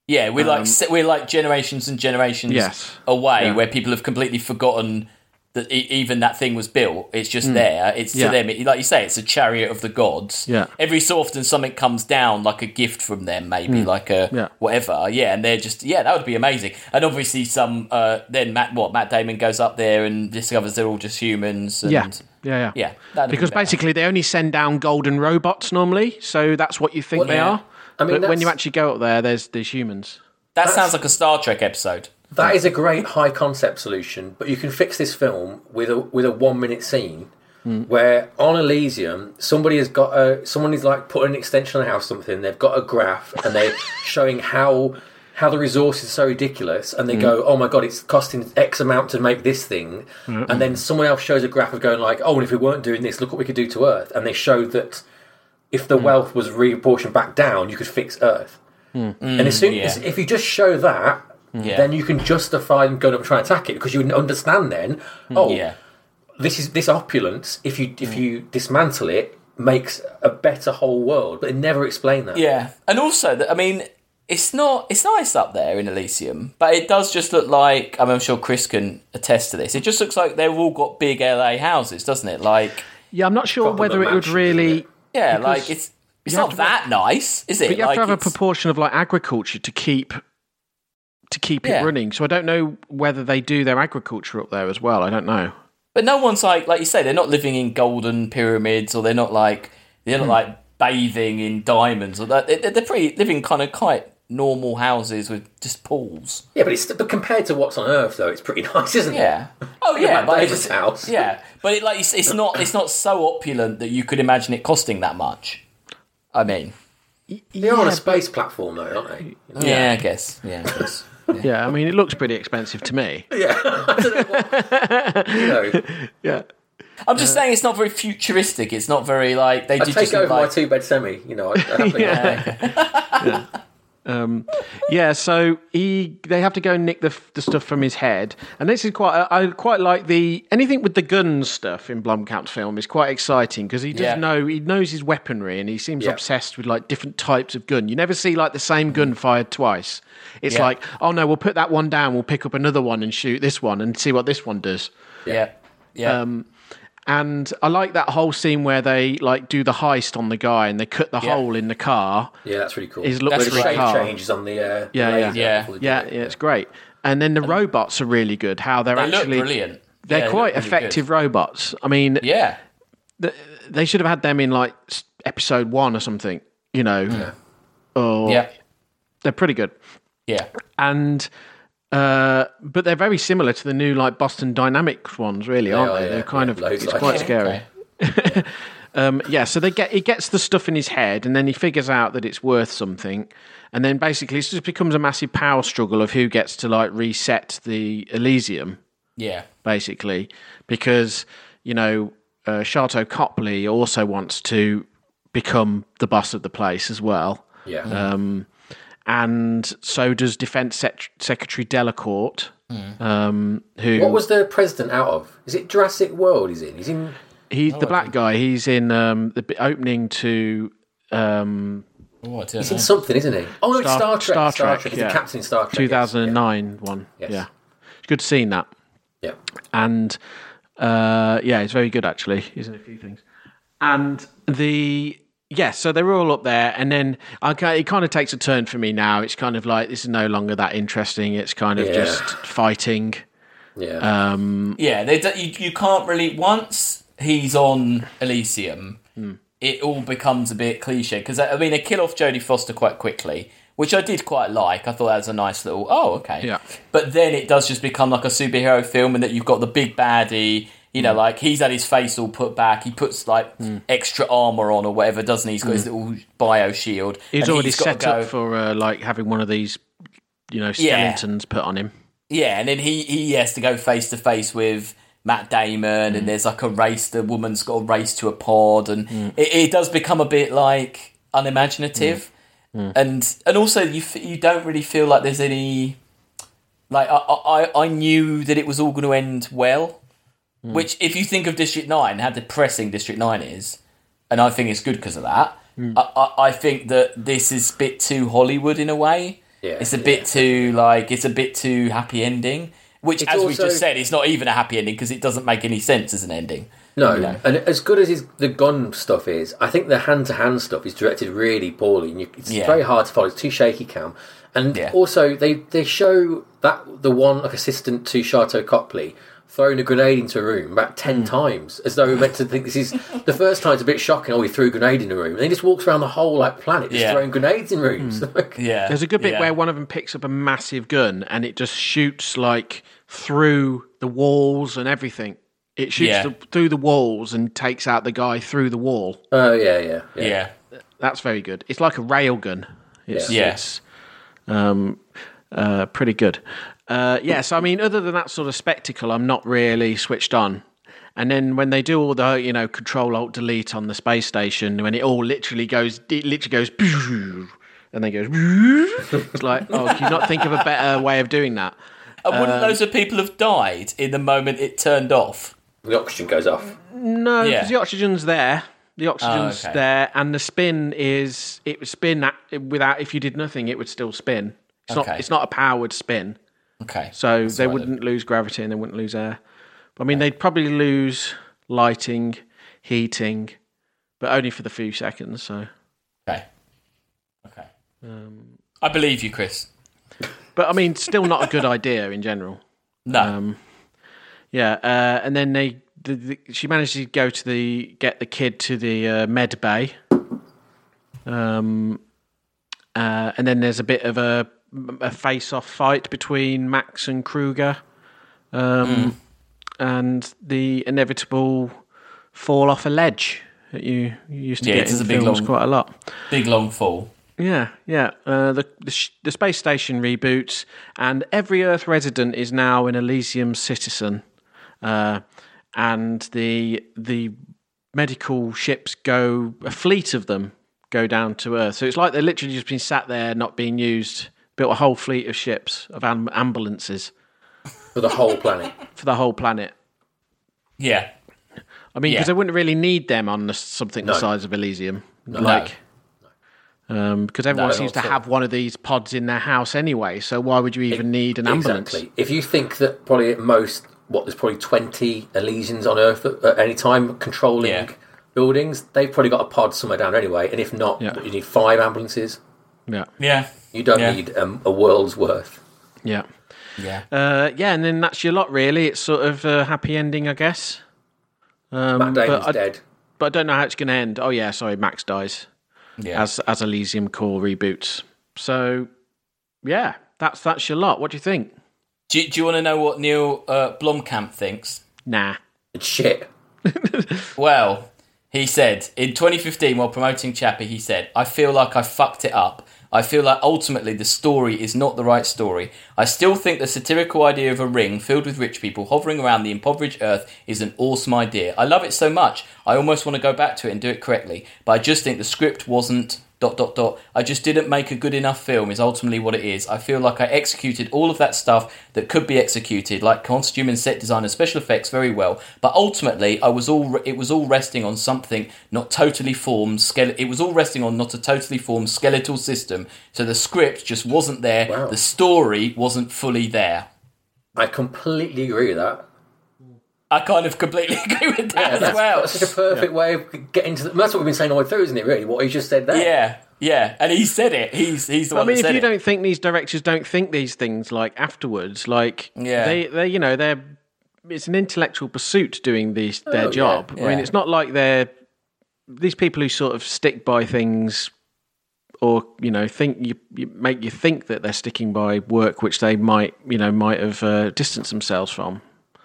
S2: yeah, we're like se- we're like generations and generations
S1: Um, Yes.
S2: away where people have completely forgotten. That e- even that thing was built, it's just there. It's
S1: Mm. Yeah.
S2: to them, it, like you say, it's a chariot of the gods.
S1: Yeah.
S2: every so often something comes down like a gift from them maybe like a
S1: Mm. Yeah.
S2: whatever yeah and they're just yeah that would be amazing and obviously some uh then matt what matt damon goes up there and discovers they're all just humans and
S1: Yeah, yeah, yeah.
S2: yeah that'd be
S1: because
S2: better.
S1: basically they only send down golden robots normally, so that's what you think they
S2: yeah.
S1: are.
S3: I
S1: but
S3: mean,
S1: when
S3: that's-
S1: you actually go up there, there's there's humans.
S2: that sounds like a star trek episode
S3: That is a great high concept solution, but you can fix this film with a with a one minute scene where on Elysium somebody has got a someone is like putting an extension on a house or something. They've got a graph and they're showing how how the resource is so ridiculous, and they go, "Oh my god, it's costing X amount to make this thing," and then someone else shows a graph of going like, "Oh, and if we weren't doing this, look what we could do to Earth," and they show that if the wealth was reapportioned back down, you could fix Earth. And as soon as
S2: yeah.
S3: if you just show that,
S2: Yeah.
S3: then you can justify them going up and trying to attack it because you would understand then. Oh,
S2: Hmm. yeah Hmm.
S3: this is this opulence. If you if you dismantle it, makes a better whole world. But they never explain that.
S2: yeah and also that i mean it's not it's nice up there in elysium but it does just look like I mean, i'm sure chris can attest to this it just looks like they've all got big la houses doesn't it like
S1: Yeah, I'm not sure
S3: Got them
S1: whether
S3: at
S1: it would
S3: mansions, isn't
S1: really.
S3: it?
S2: yeah
S1: Because
S2: like it's it's
S1: you have
S2: not
S1: to-
S2: that nice is it
S1: But you have
S2: like
S1: to have a
S2: it's-
S1: proportion of like agriculture to keep to keep
S2: Yeah.
S1: it running. So I don't know whether they do their agriculture up there as well. I don't know.
S2: But no one's like, like you say, they're not living in golden pyramids, or they're not like, they're
S1: Hmm.
S2: not like bathing in diamonds, or that. They're, they're pretty living kind of quite normal houses with just pools.
S3: yeah, but it's but compared to what's on Earth though, it's pretty nice, isn't it?
S2: Yeah. Oh yeah,
S3: Matt
S2: but
S3: Damon's
S2: it's,
S3: house.
S2: yeah, but it like it's, it's not it's not so opulent that you could imagine it costing that much. I mean,
S3: They're on a space platform though, aren't they?
S2: yeah, I guess, yeah, I guess.
S1: Yeah, I mean, it looks pretty expensive to me.
S3: You know,
S1: Yeah.
S2: I'm just saying it's not very futuristic. It's not very like they
S3: I
S2: did just
S3: take over my
S2: like
S3: two bed semi. You know, I, I happily-
S1: Yeah, so he they have to go and nick the, the stuff from his head, and this is quite I quite like the anything with the guns stuff in Blomkamp's film is quite exciting because he does
S2: Yeah.
S1: know he knows his weaponry and he seems
S3: Yeah.
S1: obsessed with like different types of gun. You never see like the same gun fired twice. It's
S2: Yeah.
S1: like oh no, we'll put that one down, we'll pick up another one and shoot this one and see what this one does.
S2: yeah, yeah,
S1: Um, And I like that whole scene where they like do the heist on the guy and they cut the
S2: Yeah.
S1: hole in the car.
S3: yeah, that's really cool.
S1: His
S3: Where
S1: luxury
S3: the
S2: That's great.
S3: shape
S1: car.
S3: changes on the uh,
S1: Yeah,
S3: the
S1: yeah.
S3: laser
S2: Yeah.
S3: before they do
S1: Yeah,
S3: it.
S1: yeah, it's great. And then the robots are really good. How they're
S2: they look
S1: actually
S2: brilliant.
S1: They're
S2: Yeah, they look
S1: quite
S2: really good.
S1: effective robots. I mean,
S2: Yeah.
S1: th- they should have had them in like s- episode one or something, you know. Or
S2: Yeah.
S1: they're pretty good.
S2: Yeah.
S1: and uh, but they're very similar to the new like Boston Dynamics ones, really, aren't
S3: are,
S1: they?
S3: yeah.
S1: They're kind
S3: Yeah,
S1: of
S3: loads
S1: it's
S3: like
S1: quite
S3: it.
S1: scary.
S2: Okay.
S1: Um, yeah, so they get he gets the stuff in his head, and then he figures out that it's worth something, and then basically it just becomes a massive power struggle of who gets to like reset the Elysium,
S2: Yeah.
S1: basically, because you know uh, Sharto Copley also wants to become the boss of the place as well
S3: Yeah.
S1: um, and so does Defense Sec- Secretary Delacorte, um, who
S3: Hmm. what was the president out of? Is it Jurassic World? He's in. He's in.
S1: he's
S3: oh,
S1: the black guy. He's in um, the b- opening to um,
S2: Oh, I don't
S3: He's in
S2: know.
S3: something, isn't he? Oh no, it's Star
S1: Star-
S3: Trek.
S1: Star Trek,
S3: He's
S1: yeah.
S3: the captain in Star Trek. yes.
S1: 2009 one.
S3: Yes.
S1: Yeah, it's good seeing that,
S3: Yeah.
S1: and uh, yeah, he's very good actually. He's in a few things, and the. Yeah, so they're all up there, and then I, ki- it kind of takes a turn for me now. It's kind of like this is no longer that interesting. It's kind of
S3: Yeah.
S1: just fighting.
S3: Yeah. Yeah.
S2: Yeah, they do, you, you can't really. Once he's on Elysium,
S1: Hmm.
S2: it all becomes a bit cliche. Because, I I mean, they kill off Jodie Foster quite quickly, which I did quite like. I thought that was a nice little, oh, okay.
S1: Yeah.
S2: But then it does just become like a superhero film, and that you've got the big baddie. You
S1: Hmm.
S2: know, like he's had his face all put back. He puts like extra armor on or whatever, doesn't he? He's got his little bio shield.
S1: Hmm. He's
S2: and
S1: already
S2: gotta
S1: set
S2: go-
S1: up for uh, like having one of these, you know,
S2: Yeah.
S1: skeletons put on him.
S2: Yeah, and then he he has to go face to face with Matt Damon, and there's like a race. The woman's got a race to a pod, and it, it does become a bit like unimaginative, and and also you f- you don't really feel like there's any like I I, I knew that it was all going to end well,
S3: Hmm.
S2: which if you think of District Nine, how depressing District Nine is, and I think it's good because of that.
S3: Hmm.
S2: I, I, I think that this is a bit too Hollywood in a way.
S3: Yeah,
S2: it's a bit too like it's a bit too happy ending. Which, as we
S3: also-
S2: just said, it's not even a happy ending because it doesn't make any sense as an ending.
S3: No, and as good as his, the gun stuff is, I think the hand-to-hand stuff is directed really poorly, and you, it's
S2: Yeah.
S3: very hard to follow. It's too shaky cam, and
S2: Yeah.
S3: also they they show that the one like assistant to Sharto Copley throwing a grenade into a room about ten times, as though we're meant to think this is the first time. It's a bit shocking. Oh, he threw a grenade in a room, and he just walks around the whole like planet just
S2: Yeah.
S3: throwing grenades in rooms. Like,
S2: Yeah,
S1: There's a good bit
S2: yeah.
S1: where one of them picks up a massive gun and it just shoots like through the walls and everything. It shoots
S2: Yeah.
S1: th- through the walls and takes out the guy through the wall.
S3: Oh yeah, yeah, yeah.
S2: yeah,
S1: That's very good. It's like a rail gun. It's,
S2: Yeah.
S1: it's um, uh, pretty good. Uh, yeah, so I mean, other than that sort of spectacle, I'm not really switched on. And then when they do all the you know control alt delete on the space station, when it all literally goes, it literally goes, and then goes. It's like, oh, can you not think of a better way of doing that?
S2: And wouldn't
S1: um,
S2: those of people have died in the moment it turned off?
S3: The oxygen goes off.
S1: No, because
S2: Yeah. Oh,
S1: the oxygen's there. The oxygen's
S2: okay.
S1: there, and the spin is it would spin at- without if you did nothing, it would still spin. It's
S2: Okay.
S1: not it's not a powered spin,
S2: Okay,
S1: so they
S2: what I
S1: wouldn't lose gravity and they wouldn't lose air. But, I mean, they'd probably lose lighting, heating, but only for the few seconds. So,
S2: okay, okay. I believe you, Chris.
S1: but I mean, still not a good idea in general.
S2: No,
S1: Yeah, uh, and then they the, the, she managed to go to the get the kid to the uh, med bay. Um, uh, and then there's a bit of a, a face-off fight between Max and Kruger,
S2: Hmm.
S1: um, and the inevitable fall off a ledge that you, you used to
S2: Yeah,
S1: get
S2: it is
S1: in
S2: a big
S1: films
S2: long-
S1: quite a lot.
S2: big long fall.
S1: Yeah, yeah. Uh, the the, sh- the space station reboots, and every Earth resident is now an Elysium citizen, uh, and the the medical ships go a fleet of them go down to Earth. So it's like they're literally just been sat there, not being used. Built a whole fleet of ships of am- ambulances
S3: For the whole planet,
S1: for the whole planet.
S2: Yeah,
S1: I mean,
S2: Yeah.
S1: because they wouldn't really need them on the, something the
S3: No.
S1: size of Elysium, like um, because everyone
S3: No,
S1: seems to
S3: not at all. E,
S1: have one of these pods in their house anyway. So why would you even need an ambulance?
S3: Exactly. If you think that probably at most, what there's probably twenty Elysians on Earth at, at any time controlling
S2: Yeah.
S3: buildings, they've probably got a pod somewhere down anyway. And if not,
S1: Yeah.
S3: you need five ambulances.
S1: Yeah,
S2: yeah,
S3: You don't
S2: Yeah.
S3: need um, a world's worth.
S1: yeah,
S2: yeah.
S1: uh, yeah. And then that's your lot, really. It's sort of a happy ending, I guess. Um,
S3: Matt Damon's
S1: but I,
S3: dead.
S1: but but I don't know how it's going to end. Oh yeah, sorry, Max dies
S2: Yeah.
S1: as as Elysium Core reboots. So yeah, that's that's your lot. What do you think?
S2: do, you- do you want to know what Neil uh, Blomkamp thinks?
S1: Nah.
S3: Shit.
S2: Well, he said in 2015, while promoting Chappie, he said, I feel like I fucked it up. I feel like ultimately the story is not the right story. I still think the satirical idea of a ring filled with rich people hovering around the impoverished earth is an awesome idea. I love it so much, I almost want to go back to it and do it correctly. But I just think the script wasn't. Dot dot dot. I just didn't make a good enough film, is ultimately what it is. I feel like I executed all of that stuff that could be executed, like costume and set design and special effects, very well. But ultimately, I was all it was all resting on something not totally formed. Skele- it was all resting on not a totally formed skeletal system. So the script just wasn't there.
S3: Wow.
S2: The story wasn't fully there.
S3: I completely agree with that.
S2: I kind of completely agree with that as
S3: that's,
S2: well.
S3: that's such a perfect way of getting to the, That's what we've been saying all the way through, isn't it, really? What you just said there.
S2: yeah, yeah. And he said it. He's he's the
S1: I
S2: one
S1: mean,
S2: that
S1: if
S2: said
S1: you
S2: it.
S1: don't think these directors don't think these things like afterwards, like
S2: Yeah.
S1: they they you know they're it's an intellectual pursuit doing these their
S3: yeah,
S1: job. I mean,
S2: yeah.
S1: it's not like they're these people who sort of stick by things or you know think you, you make you think that they're sticking by work which they might you know might have uh, distanced themselves from.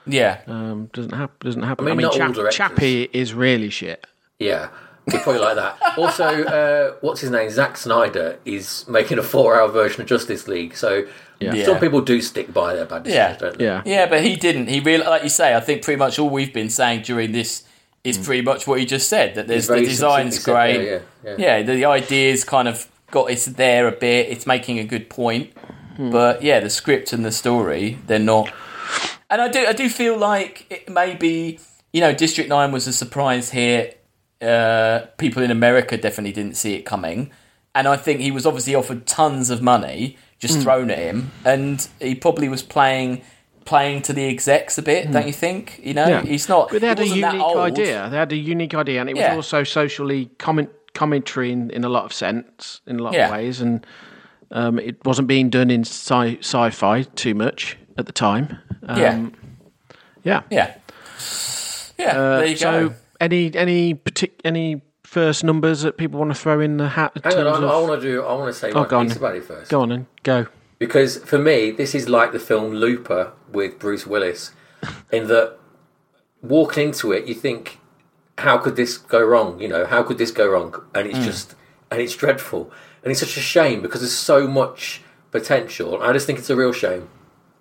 S2: Yeah.
S1: Um, doesn't happen. Doesn't happen. I
S3: mean,
S1: mean,
S3: not all
S1: Chap-
S3: directors.
S1: Chappie is really shit.
S3: Yeah, it's probably like that. Also, uh, what's his name? Zack Snyder is making a four-hour version of Justice League, so
S2: Yeah.
S3: some people do stick by their bad decisions,
S2: Yeah.
S3: don't they?
S1: Yeah.
S2: Yeah, but he didn't. He real like you say. I think pretty much all we've been saying during this is pretty much what you just said. That there's the
S3: Mm. very
S2: design's
S3: succinctly said
S2: great.
S3: there, yeah,
S2: yeah. the, the ideas kind of got it's there a bit. It's making a good point,
S3: Hmm.
S2: but yeah, the script and the story they're not. And I do I do feel like it maybe you know District Nine was a surprise here. Uh, people in America definitely didn't see it coming, and I think he was obviously offered tons of money just
S1: Hmm.
S2: thrown at him, and he probably was playing playing to the execs a bit, don't you think? You know,
S1: Hmm. Yeah.
S2: he's not.
S1: But they had
S2: he
S1: a
S2: wasn't that
S1: unique
S2: old.
S1: idea. They had a unique idea, and it was
S2: Yeah.
S1: also socially comment commentary in, in a lot of sense, in a lot
S2: Yeah.
S1: of ways, and um, it wasn't being done in sci- sci-fi too much at the time. Um,
S2: Yeah,
S1: yeah.
S2: yeah, yeah. there you
S1: uh, so,
S2: go.
S1: any any partic- any first numbers that people want to throw in the hat? in
S3: Hang on,
S1: terms
S3: I,
S1: of- Oh,
S3: I want to do. I want to say one
S1: go on.
S3: piece about it first
S1: Go on and go.
S3: because for me, this is like the film Looper with Bruce Willis, in that walking into it, you think, "How could this go wrong?" You know, how could this go wrong? And it's just, and it's dreadful, and it's such a shame because there's so much potential. I just think it's a real shame.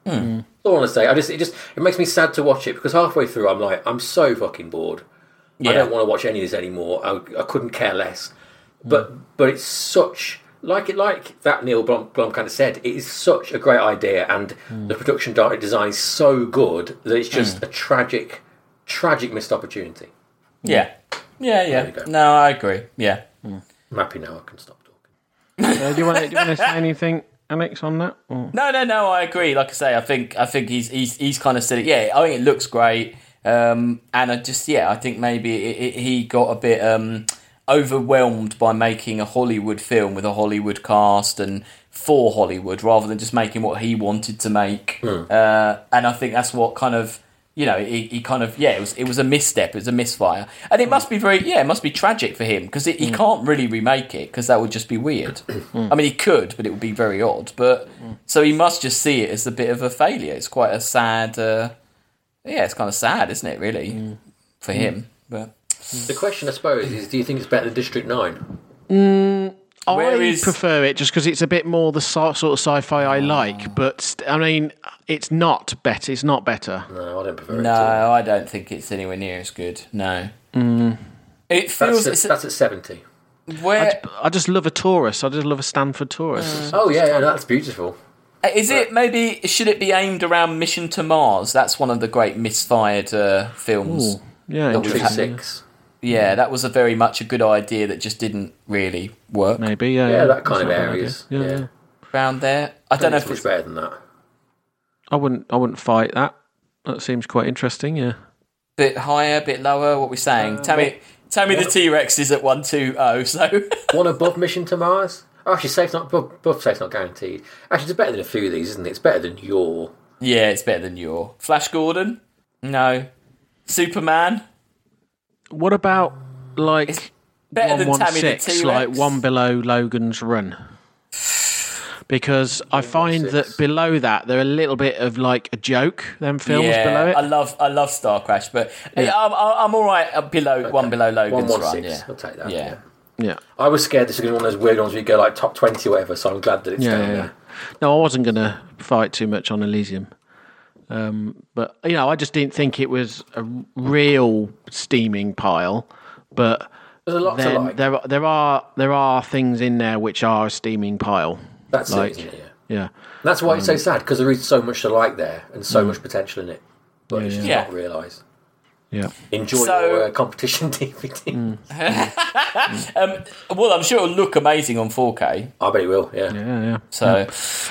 S3: That's all I want to say. I just, it just, it makes me sad to watch it because halfway through, I'm like, I'm so fucking bored. I don't want to watch any of this anymore. I, I couldn't care less. But but it's such like it like that Neil Blom, Blom kind of said. It is such a great idea, and the production di- design is so good that it's just a tragic, tragic missed opportunity.
S2: Yeah. Yeah,
S3: you
S2: yeah.
S3: go.
S2: No, I agree. Yeah.
S3: I'm happy now. I can stop talking.
S1: Uh, do you want to, do you want to say anything, Alex, on that? Or?
S2: No, no, no, I agree. Like I say, I think I think he's he's he's kind of said it. Yeah, I think it looks great. Um and I just yeah, I think maybe it, it, he got a bit um overwhelmed by making a Hollywood film with a Hollywood cast and for Hollywood rather than just making what he wanted to make. Uh and I think that's what kind of you know, he, he kind of yeah, it was it was a misstep, it was a misfire, and it must be very yeah, it must be tragic for him because
S3: Mm.
S2: he can't really remake it because that would just be weird. I mean, he could, but it would be very odd. But
S3: Mm.
S2: so he must just see it as a bit of a failure. It's quite a sad, uh, yeah, it's kind of sad, isn't it? Really,
S3: Mm.
S2: for him. But
S3: The question, I suppose, is: Do you think it's better than District Nine?
S2: Where
S1: I
S2: is-
S1: prefer it just because it's a bit more the sci- sort of sci-fi I like. But st- I mean, it's not better. It's not better.
S3: No, I don't prefer
S2: no,
S3: it. at all.
S2: I don't think it's anywhere near as good. No, it feels
S3: That's, at,
S2: it's
S3: that's at seventy.
S2: where
S1: I just love a Taurus. I just love a Stanford Taurus.
S3: Oh yeah, yeah, that's beautiful.
S2: Is it maybe should it be aimed around Mission to Mars? That's one of the great misfired uh, films.
S1: yeah,
S2: Not really.
S3: Two
S1: interesting.
S3: six.
S2: Yeah, that was a very much a good idea that just didn't really work
S1: maybe. Yeah,
S3: Yeah, that kind
S1: That's
S3: of
S1: not a bad
S3: areas.
S1: idea. Yeah, yeah.
S2: around there. I don't know
S3: It's
S2: if
S3: much
S2: it's
S3: better than that.
S1: I wouldn't. I wouldn't fight that. That seems quite interesting. Yeah.
S2: a bit higher, a bit lower. What we saying? tell me, tell me the T Rex is at one two zero. So
S3: One above Mission to Mars. Oh, actually, safe's not above, above safe's not guaranteed. Actually, it's better than a few of these, isn't it? It's better than your.
S2: yeah, it's better than your Flash Gordon. No, Superman.
S1: What about like
S2: better than Tammy the
S1: 116,
S2: T-Rex.
S1: like one below Logan's Run. Because I find that below that they're a little bit of like a joke. Them films
S2: yeah,
S1: below it.
S2: I love I love Star Crash, but uh, I'm, I'm all right up below one below
S3: One
S2: Logan's
S3: one
S2: run.
S3: six.
S2: Yeah.
S3: I'll take that.
S2: Yeah.
S3: Yeah.
S1: yeah.
S3: I was scared this was going to be one of those weird ones where you go like top twenty or whatever. So I'm glad that it's
S1: yeah,
S3: down
S1: yeah.
S3: there.
S1: No, I wasn't going to fight too much on Elysium, um, but you know, I just didn't think it was a real steaming pile. But
S3: There's a lot
S1: then
S3: to like.
S1: there are- there are there are things in there which are a steaming pile.
S3: That's
S1: like- Mm.
S3: it, isn't it? Yeah.
S1: Yeah,
S3: That's why it's so sad because there is so much to like there and
S1: Mm.
S3: so much potential in it, but it's just
S2: yeah.
S3: not realised.
S1: yeah.
S3: Enjoy
S2: So-
S3: your uh, competition DVD.
S1: Mm.
S2: Well, I'm sure it'll look amazing on 4K.
S3: I bet it will. Yeah.
S1: Yeah, yeah.
S2: So, uh,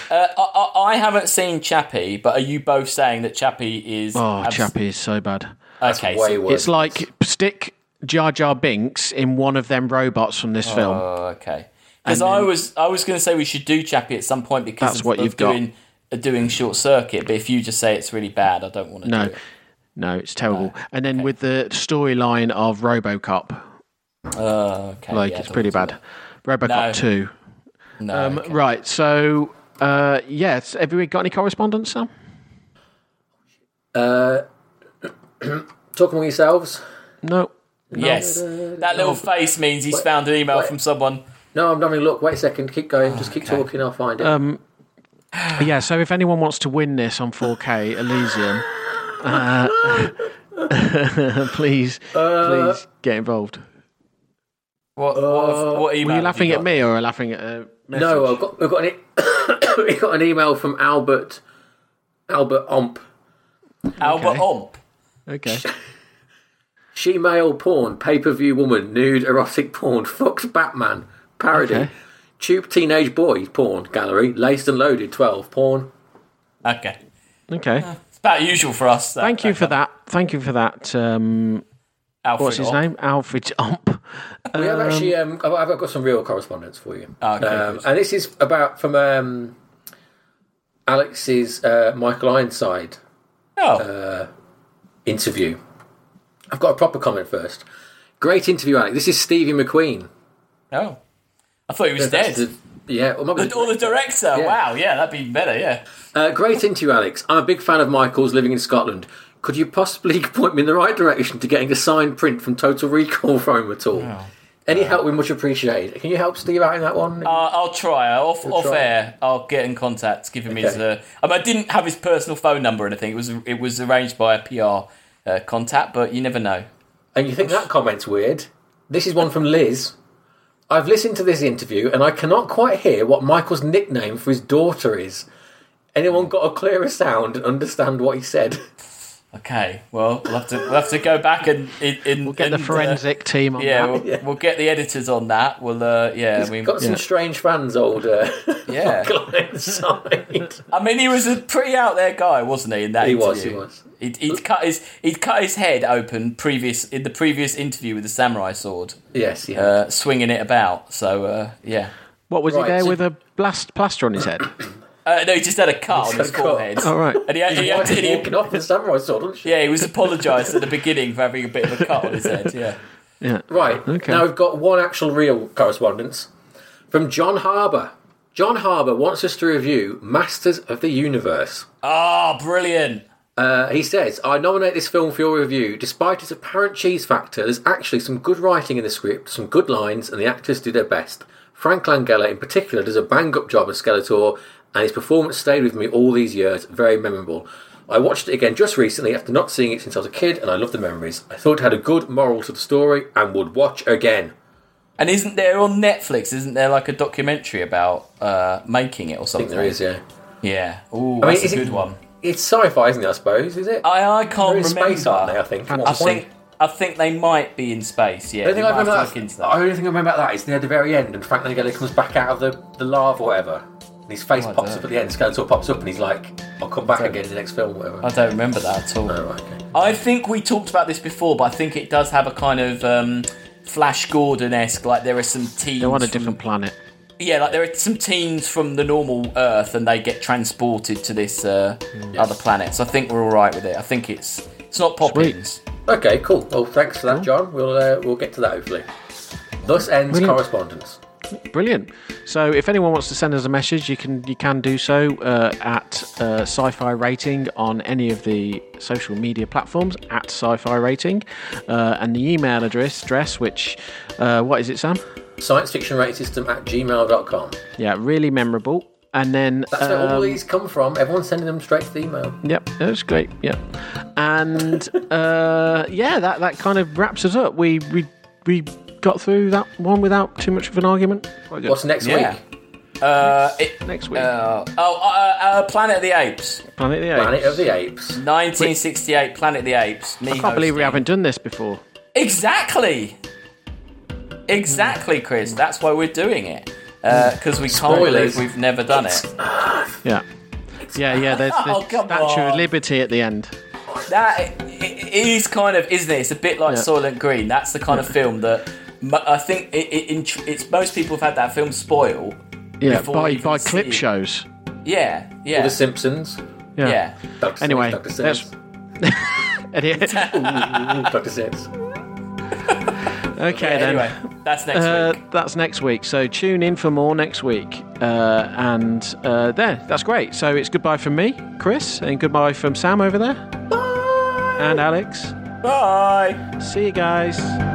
S2: I, I, I haven't seen Chappie, but are you both saying that Chappie is?
S1: Oh,
S2: abs-
S1: Chappie is so bad.
S2: Okay, so-
S3: Way worse.
S1: It's like stick Jar Jar Binks in one of them robots from this film.
S2: Oh, okay. Because I was I was going to say we should do Chappie at some point because
S1: That's
S2: of,
S1: what
S2: of
S1: you've got.
S2: doing uh, doing Short Circuit. But if you just say it's really bad, I don't want to.
S1: No,
S2: do it.
S1: no, it's terrible. And then with the storyline of RoboCop,
S2: Oh, okay.
S1: like
S2: yeah,
S1: it's
S2: I
S1: pretty
S2: don't-
S1: bad. RoboCop
S2: No.
S1: two.
S2: No,
S1: Um,
S2: okay.
S1: Right. So, uh, yes. Have we got any correspondence, Sam?
S3: Uh, Talking among yourselves.
S1: No.
S2: yes, that little face means he's found an email from someone.
S3: No, I'm not having a look. Wait a second. Keep going. Just keep talking. I'll find it.
S1: Yeah. So, if anyone wants to win this on 4K Elysium, uh, please, please get involved.
S2: What?
S3: Uh,
S2: What, what email?
S1: Were you
S2: have
S1: laughing
S2: uh, got?
S1: at me or laughing at? Uh, message?
S3: no, I've got, we've got an e- we got an email from Albert Albert Omp.
S2: Albert Omp.
S1: Okay.
S3: She male porn, pay per view woman, nude erotic porn, fucks Batman parody,
S1: Okay.
S3: tube teenage boy porn gallery, laced and loaded twelve porn.
S2: Okay,
S1: Okay.
S2: it's about usual for us. that-
S1: Thank you for that. Thank you for that. Um,
S2: Alfred
S1: what's his
S2: Omp.
S1: name? Alfred Ump. Uh,
S3: We have actually. Um, I've, I've got some real correspondence for you.
S2: Ah, okay,
S3: um,
S2: good.
S3: and this is about from um, Alex's uh, Michael Ironside
S2: Oh,
S3: Uh, interview. I've got a proper comment first. Great interview, Alex. This is Stevie McQueen.
S2: oh, I thought he was
S3: That's
S2: dead.
S3: the- yeah, or maybe
S2: Or the director. Wow, yeah, that'd be better. Yeah.
S3: Uh, great interview, Alex. I'm a big fan of Michael's living in Scotland. Could you possibly point me in the right direction to getting a signed print from Total Recall Rome at all? Any help would be much appreciated. Can you help Steve out in that one?
S2: Uh, I'll try. I'll Off, off
S3: try.
S2: air, I'll get in contact. Give him his. Uh,
S3: Okay.
S2: I, mean, I didn't have his personal phone number or anything. It was it was arranged by a PR uh, contact, but you never know.
S3: and you think that comment's weird? This is one from Liz. I've listened to this interview and I cannot quite hear what Michael's nickname for his daughter is. Anyone got a clearer sound and understand what he said?
S2: Okay, well we'll have to we'll have to go back and in, in we'll
S1: Get the forensic team on
S2: yeah,
S1: that.
S2: we'll, we'll get the editors on that. We'll uh, yeah. I mean,
S3: Got some
S1: Yeah.
S3: strange fans, old uh,
S2: Yeah.
S3: Michael Ironside.
S2: I mean, he was a pretty out there guy, wasn't he? In that
S3: He
S2: interview?
S3: was, he was.
S2: He'd, he'd cut his he'd cut his head open previous in the previous interview with the samurai sword,
S3: yes, yeah.
S2: uh, swinging it about. So uh, yeah.
S1: What was
S3: Right,
S1: he there
S3: so-
S1: with a blast plaster on his head?
S2: Uh, no, he just had a cut on
S3: had
S2: his
S3: a cut.
S2: forehead.
S1: All right.
S2: And he, had, he, had to, and he-
S3: walking off the samurai sword. aren't you?
S2: yeah, he was apologised at the beginning for having a bit of a cut on his head. Yeah.
S1: Yeah.
S3: Right.
S1: Okay.
S3: Now we've got one actual real correspondence from John Harbour. John Harbour wants us to review Masters of the Universe.
S2: Ah, brilliant.
S3: Uh, he says, I nominate this film for your review. Despite its apparent cheese factor, there's actually some good writing in the script, some good lines, and the actors do their best. Frank Langella, in particular, does a bang up job as Skeletor, and his performance stayed with me all these years. Very memorable. I watched it again just recently after not seeing it since I was a kid, and I love the memories. I thought it had a good moral to the story and would watch again.
S2: And isn't there on Netflix? Isn't there like a documentary about uh, making it or
S3: I
S2: something?
S3: think there is, yeah.
S2: Yeah. Oh, that's
S3: is
S2: a
S3: it-
S2: good one.
S3: It's sci fi, isn't it, I suppose, is it?
S2: I I can't
S3: They're in
S2: remember.
S3: space, aren't they, I think? at one
S2: I
S3: point.
S2: think I think they might be in space. Yeah.
S3: The only
S2: we
S3: thing I
S2: might have to
S3: remember,
S2: look into
S3: that,
S2: that.
S3: the only thing I remember about that is near the very end, and Frank Langella comes back out of the, the lava or whatever. And his face
S2: Oh, I
S3: pops
S2: don't.
S3: up at the end, Skeletor pops up, and he's like, I'll come back again in the next film, or whatever.
S2: I don't remember that at all.
S3: Oh, right, okay.
S2: I think we talked about this before, but I think it does have a kind of um, Flash Gordon esque. Like there are some teams.
S1: They're on a different planet.
S2: yeah, like there are some teams from the normal Earth, and they get transported to this uh, other planet. So I think we're all right with it. I think it's it's not Poppins.
S3: Okay, cool. Well, thanks for that, John. We'll uh, we'll get to that hopefully. Thus ends
S1: Brilliant.
S3: correspondence.
S1: Brilliant. So, if anyone wants to send us a message, you can you can do so uh, at uh, Sci-Fi Rating on any of the social media platforms at Sci-Fi Rating, uh, and the email address address which uh, what is it, Sam?
S3: Science fiction rating system at gmail.com.
S1: Yeah, really memorable. And then
S3: That's where all these come from. Everyone's sending them straight to the email.
S1: Um, Yep, that was great. Yep, and uh, yeah, that that kind of wraps us up. We we we got through that one without too much of an argument. Quite good.
S3: What's next
S2: Yeah.
S3: week?
S2: Uh, it,
S1: next week?
S2: uh, oh, uh, uh, Planet of the Apes,
S1: Planet of the Apes.
S3: Planet of the Apes.
S2: 1968. Planet of the Apes. Me
S1: I can't believe we
S2: hosting.
S1: haven't done this before.
S2: Exactly. Exactly, Chris. That's why we're doing it. Because we can't
S3: Spoilers.
S2: believe we've never done it.
S1: Yeah. Yeah, yeah, there's the
S2: Oh, come
S1: Statue of
S2: on.
S1: Liberty at the end.
S2: That i- i- it is kind of, isn't it? It's a bit like
S1: Yeah.
S2: Soylent Green. That's the kind of film that mo- I think it, it, int- it's most people have had that film spoil.
S1: Yeah,
S2: Before
S1: by,
S2: we even
S1: by
S2: see
S1: clip
S2: it.
S1: shows.
S2: Yeah, yeah,
S3: The Simpsons.
S1: Yeah.
S2: yeah.
S3: Dr.
S1: Anyway,
S3: Sims, Dr.
S1: that's-
S3: Sims.
S1: Idiot.
S3: Dr. Sims.
S1: Okay, then.
S2: Anyway, that's next
S1: Uh,
S2: week.
S1: that's next week. So tune in for more next week. Uh, and uh, there, that's great. So it's goodbye from me, Chris, and goodbye from Sam over there. And Alex.
S2: Bye.
S1: See you guys.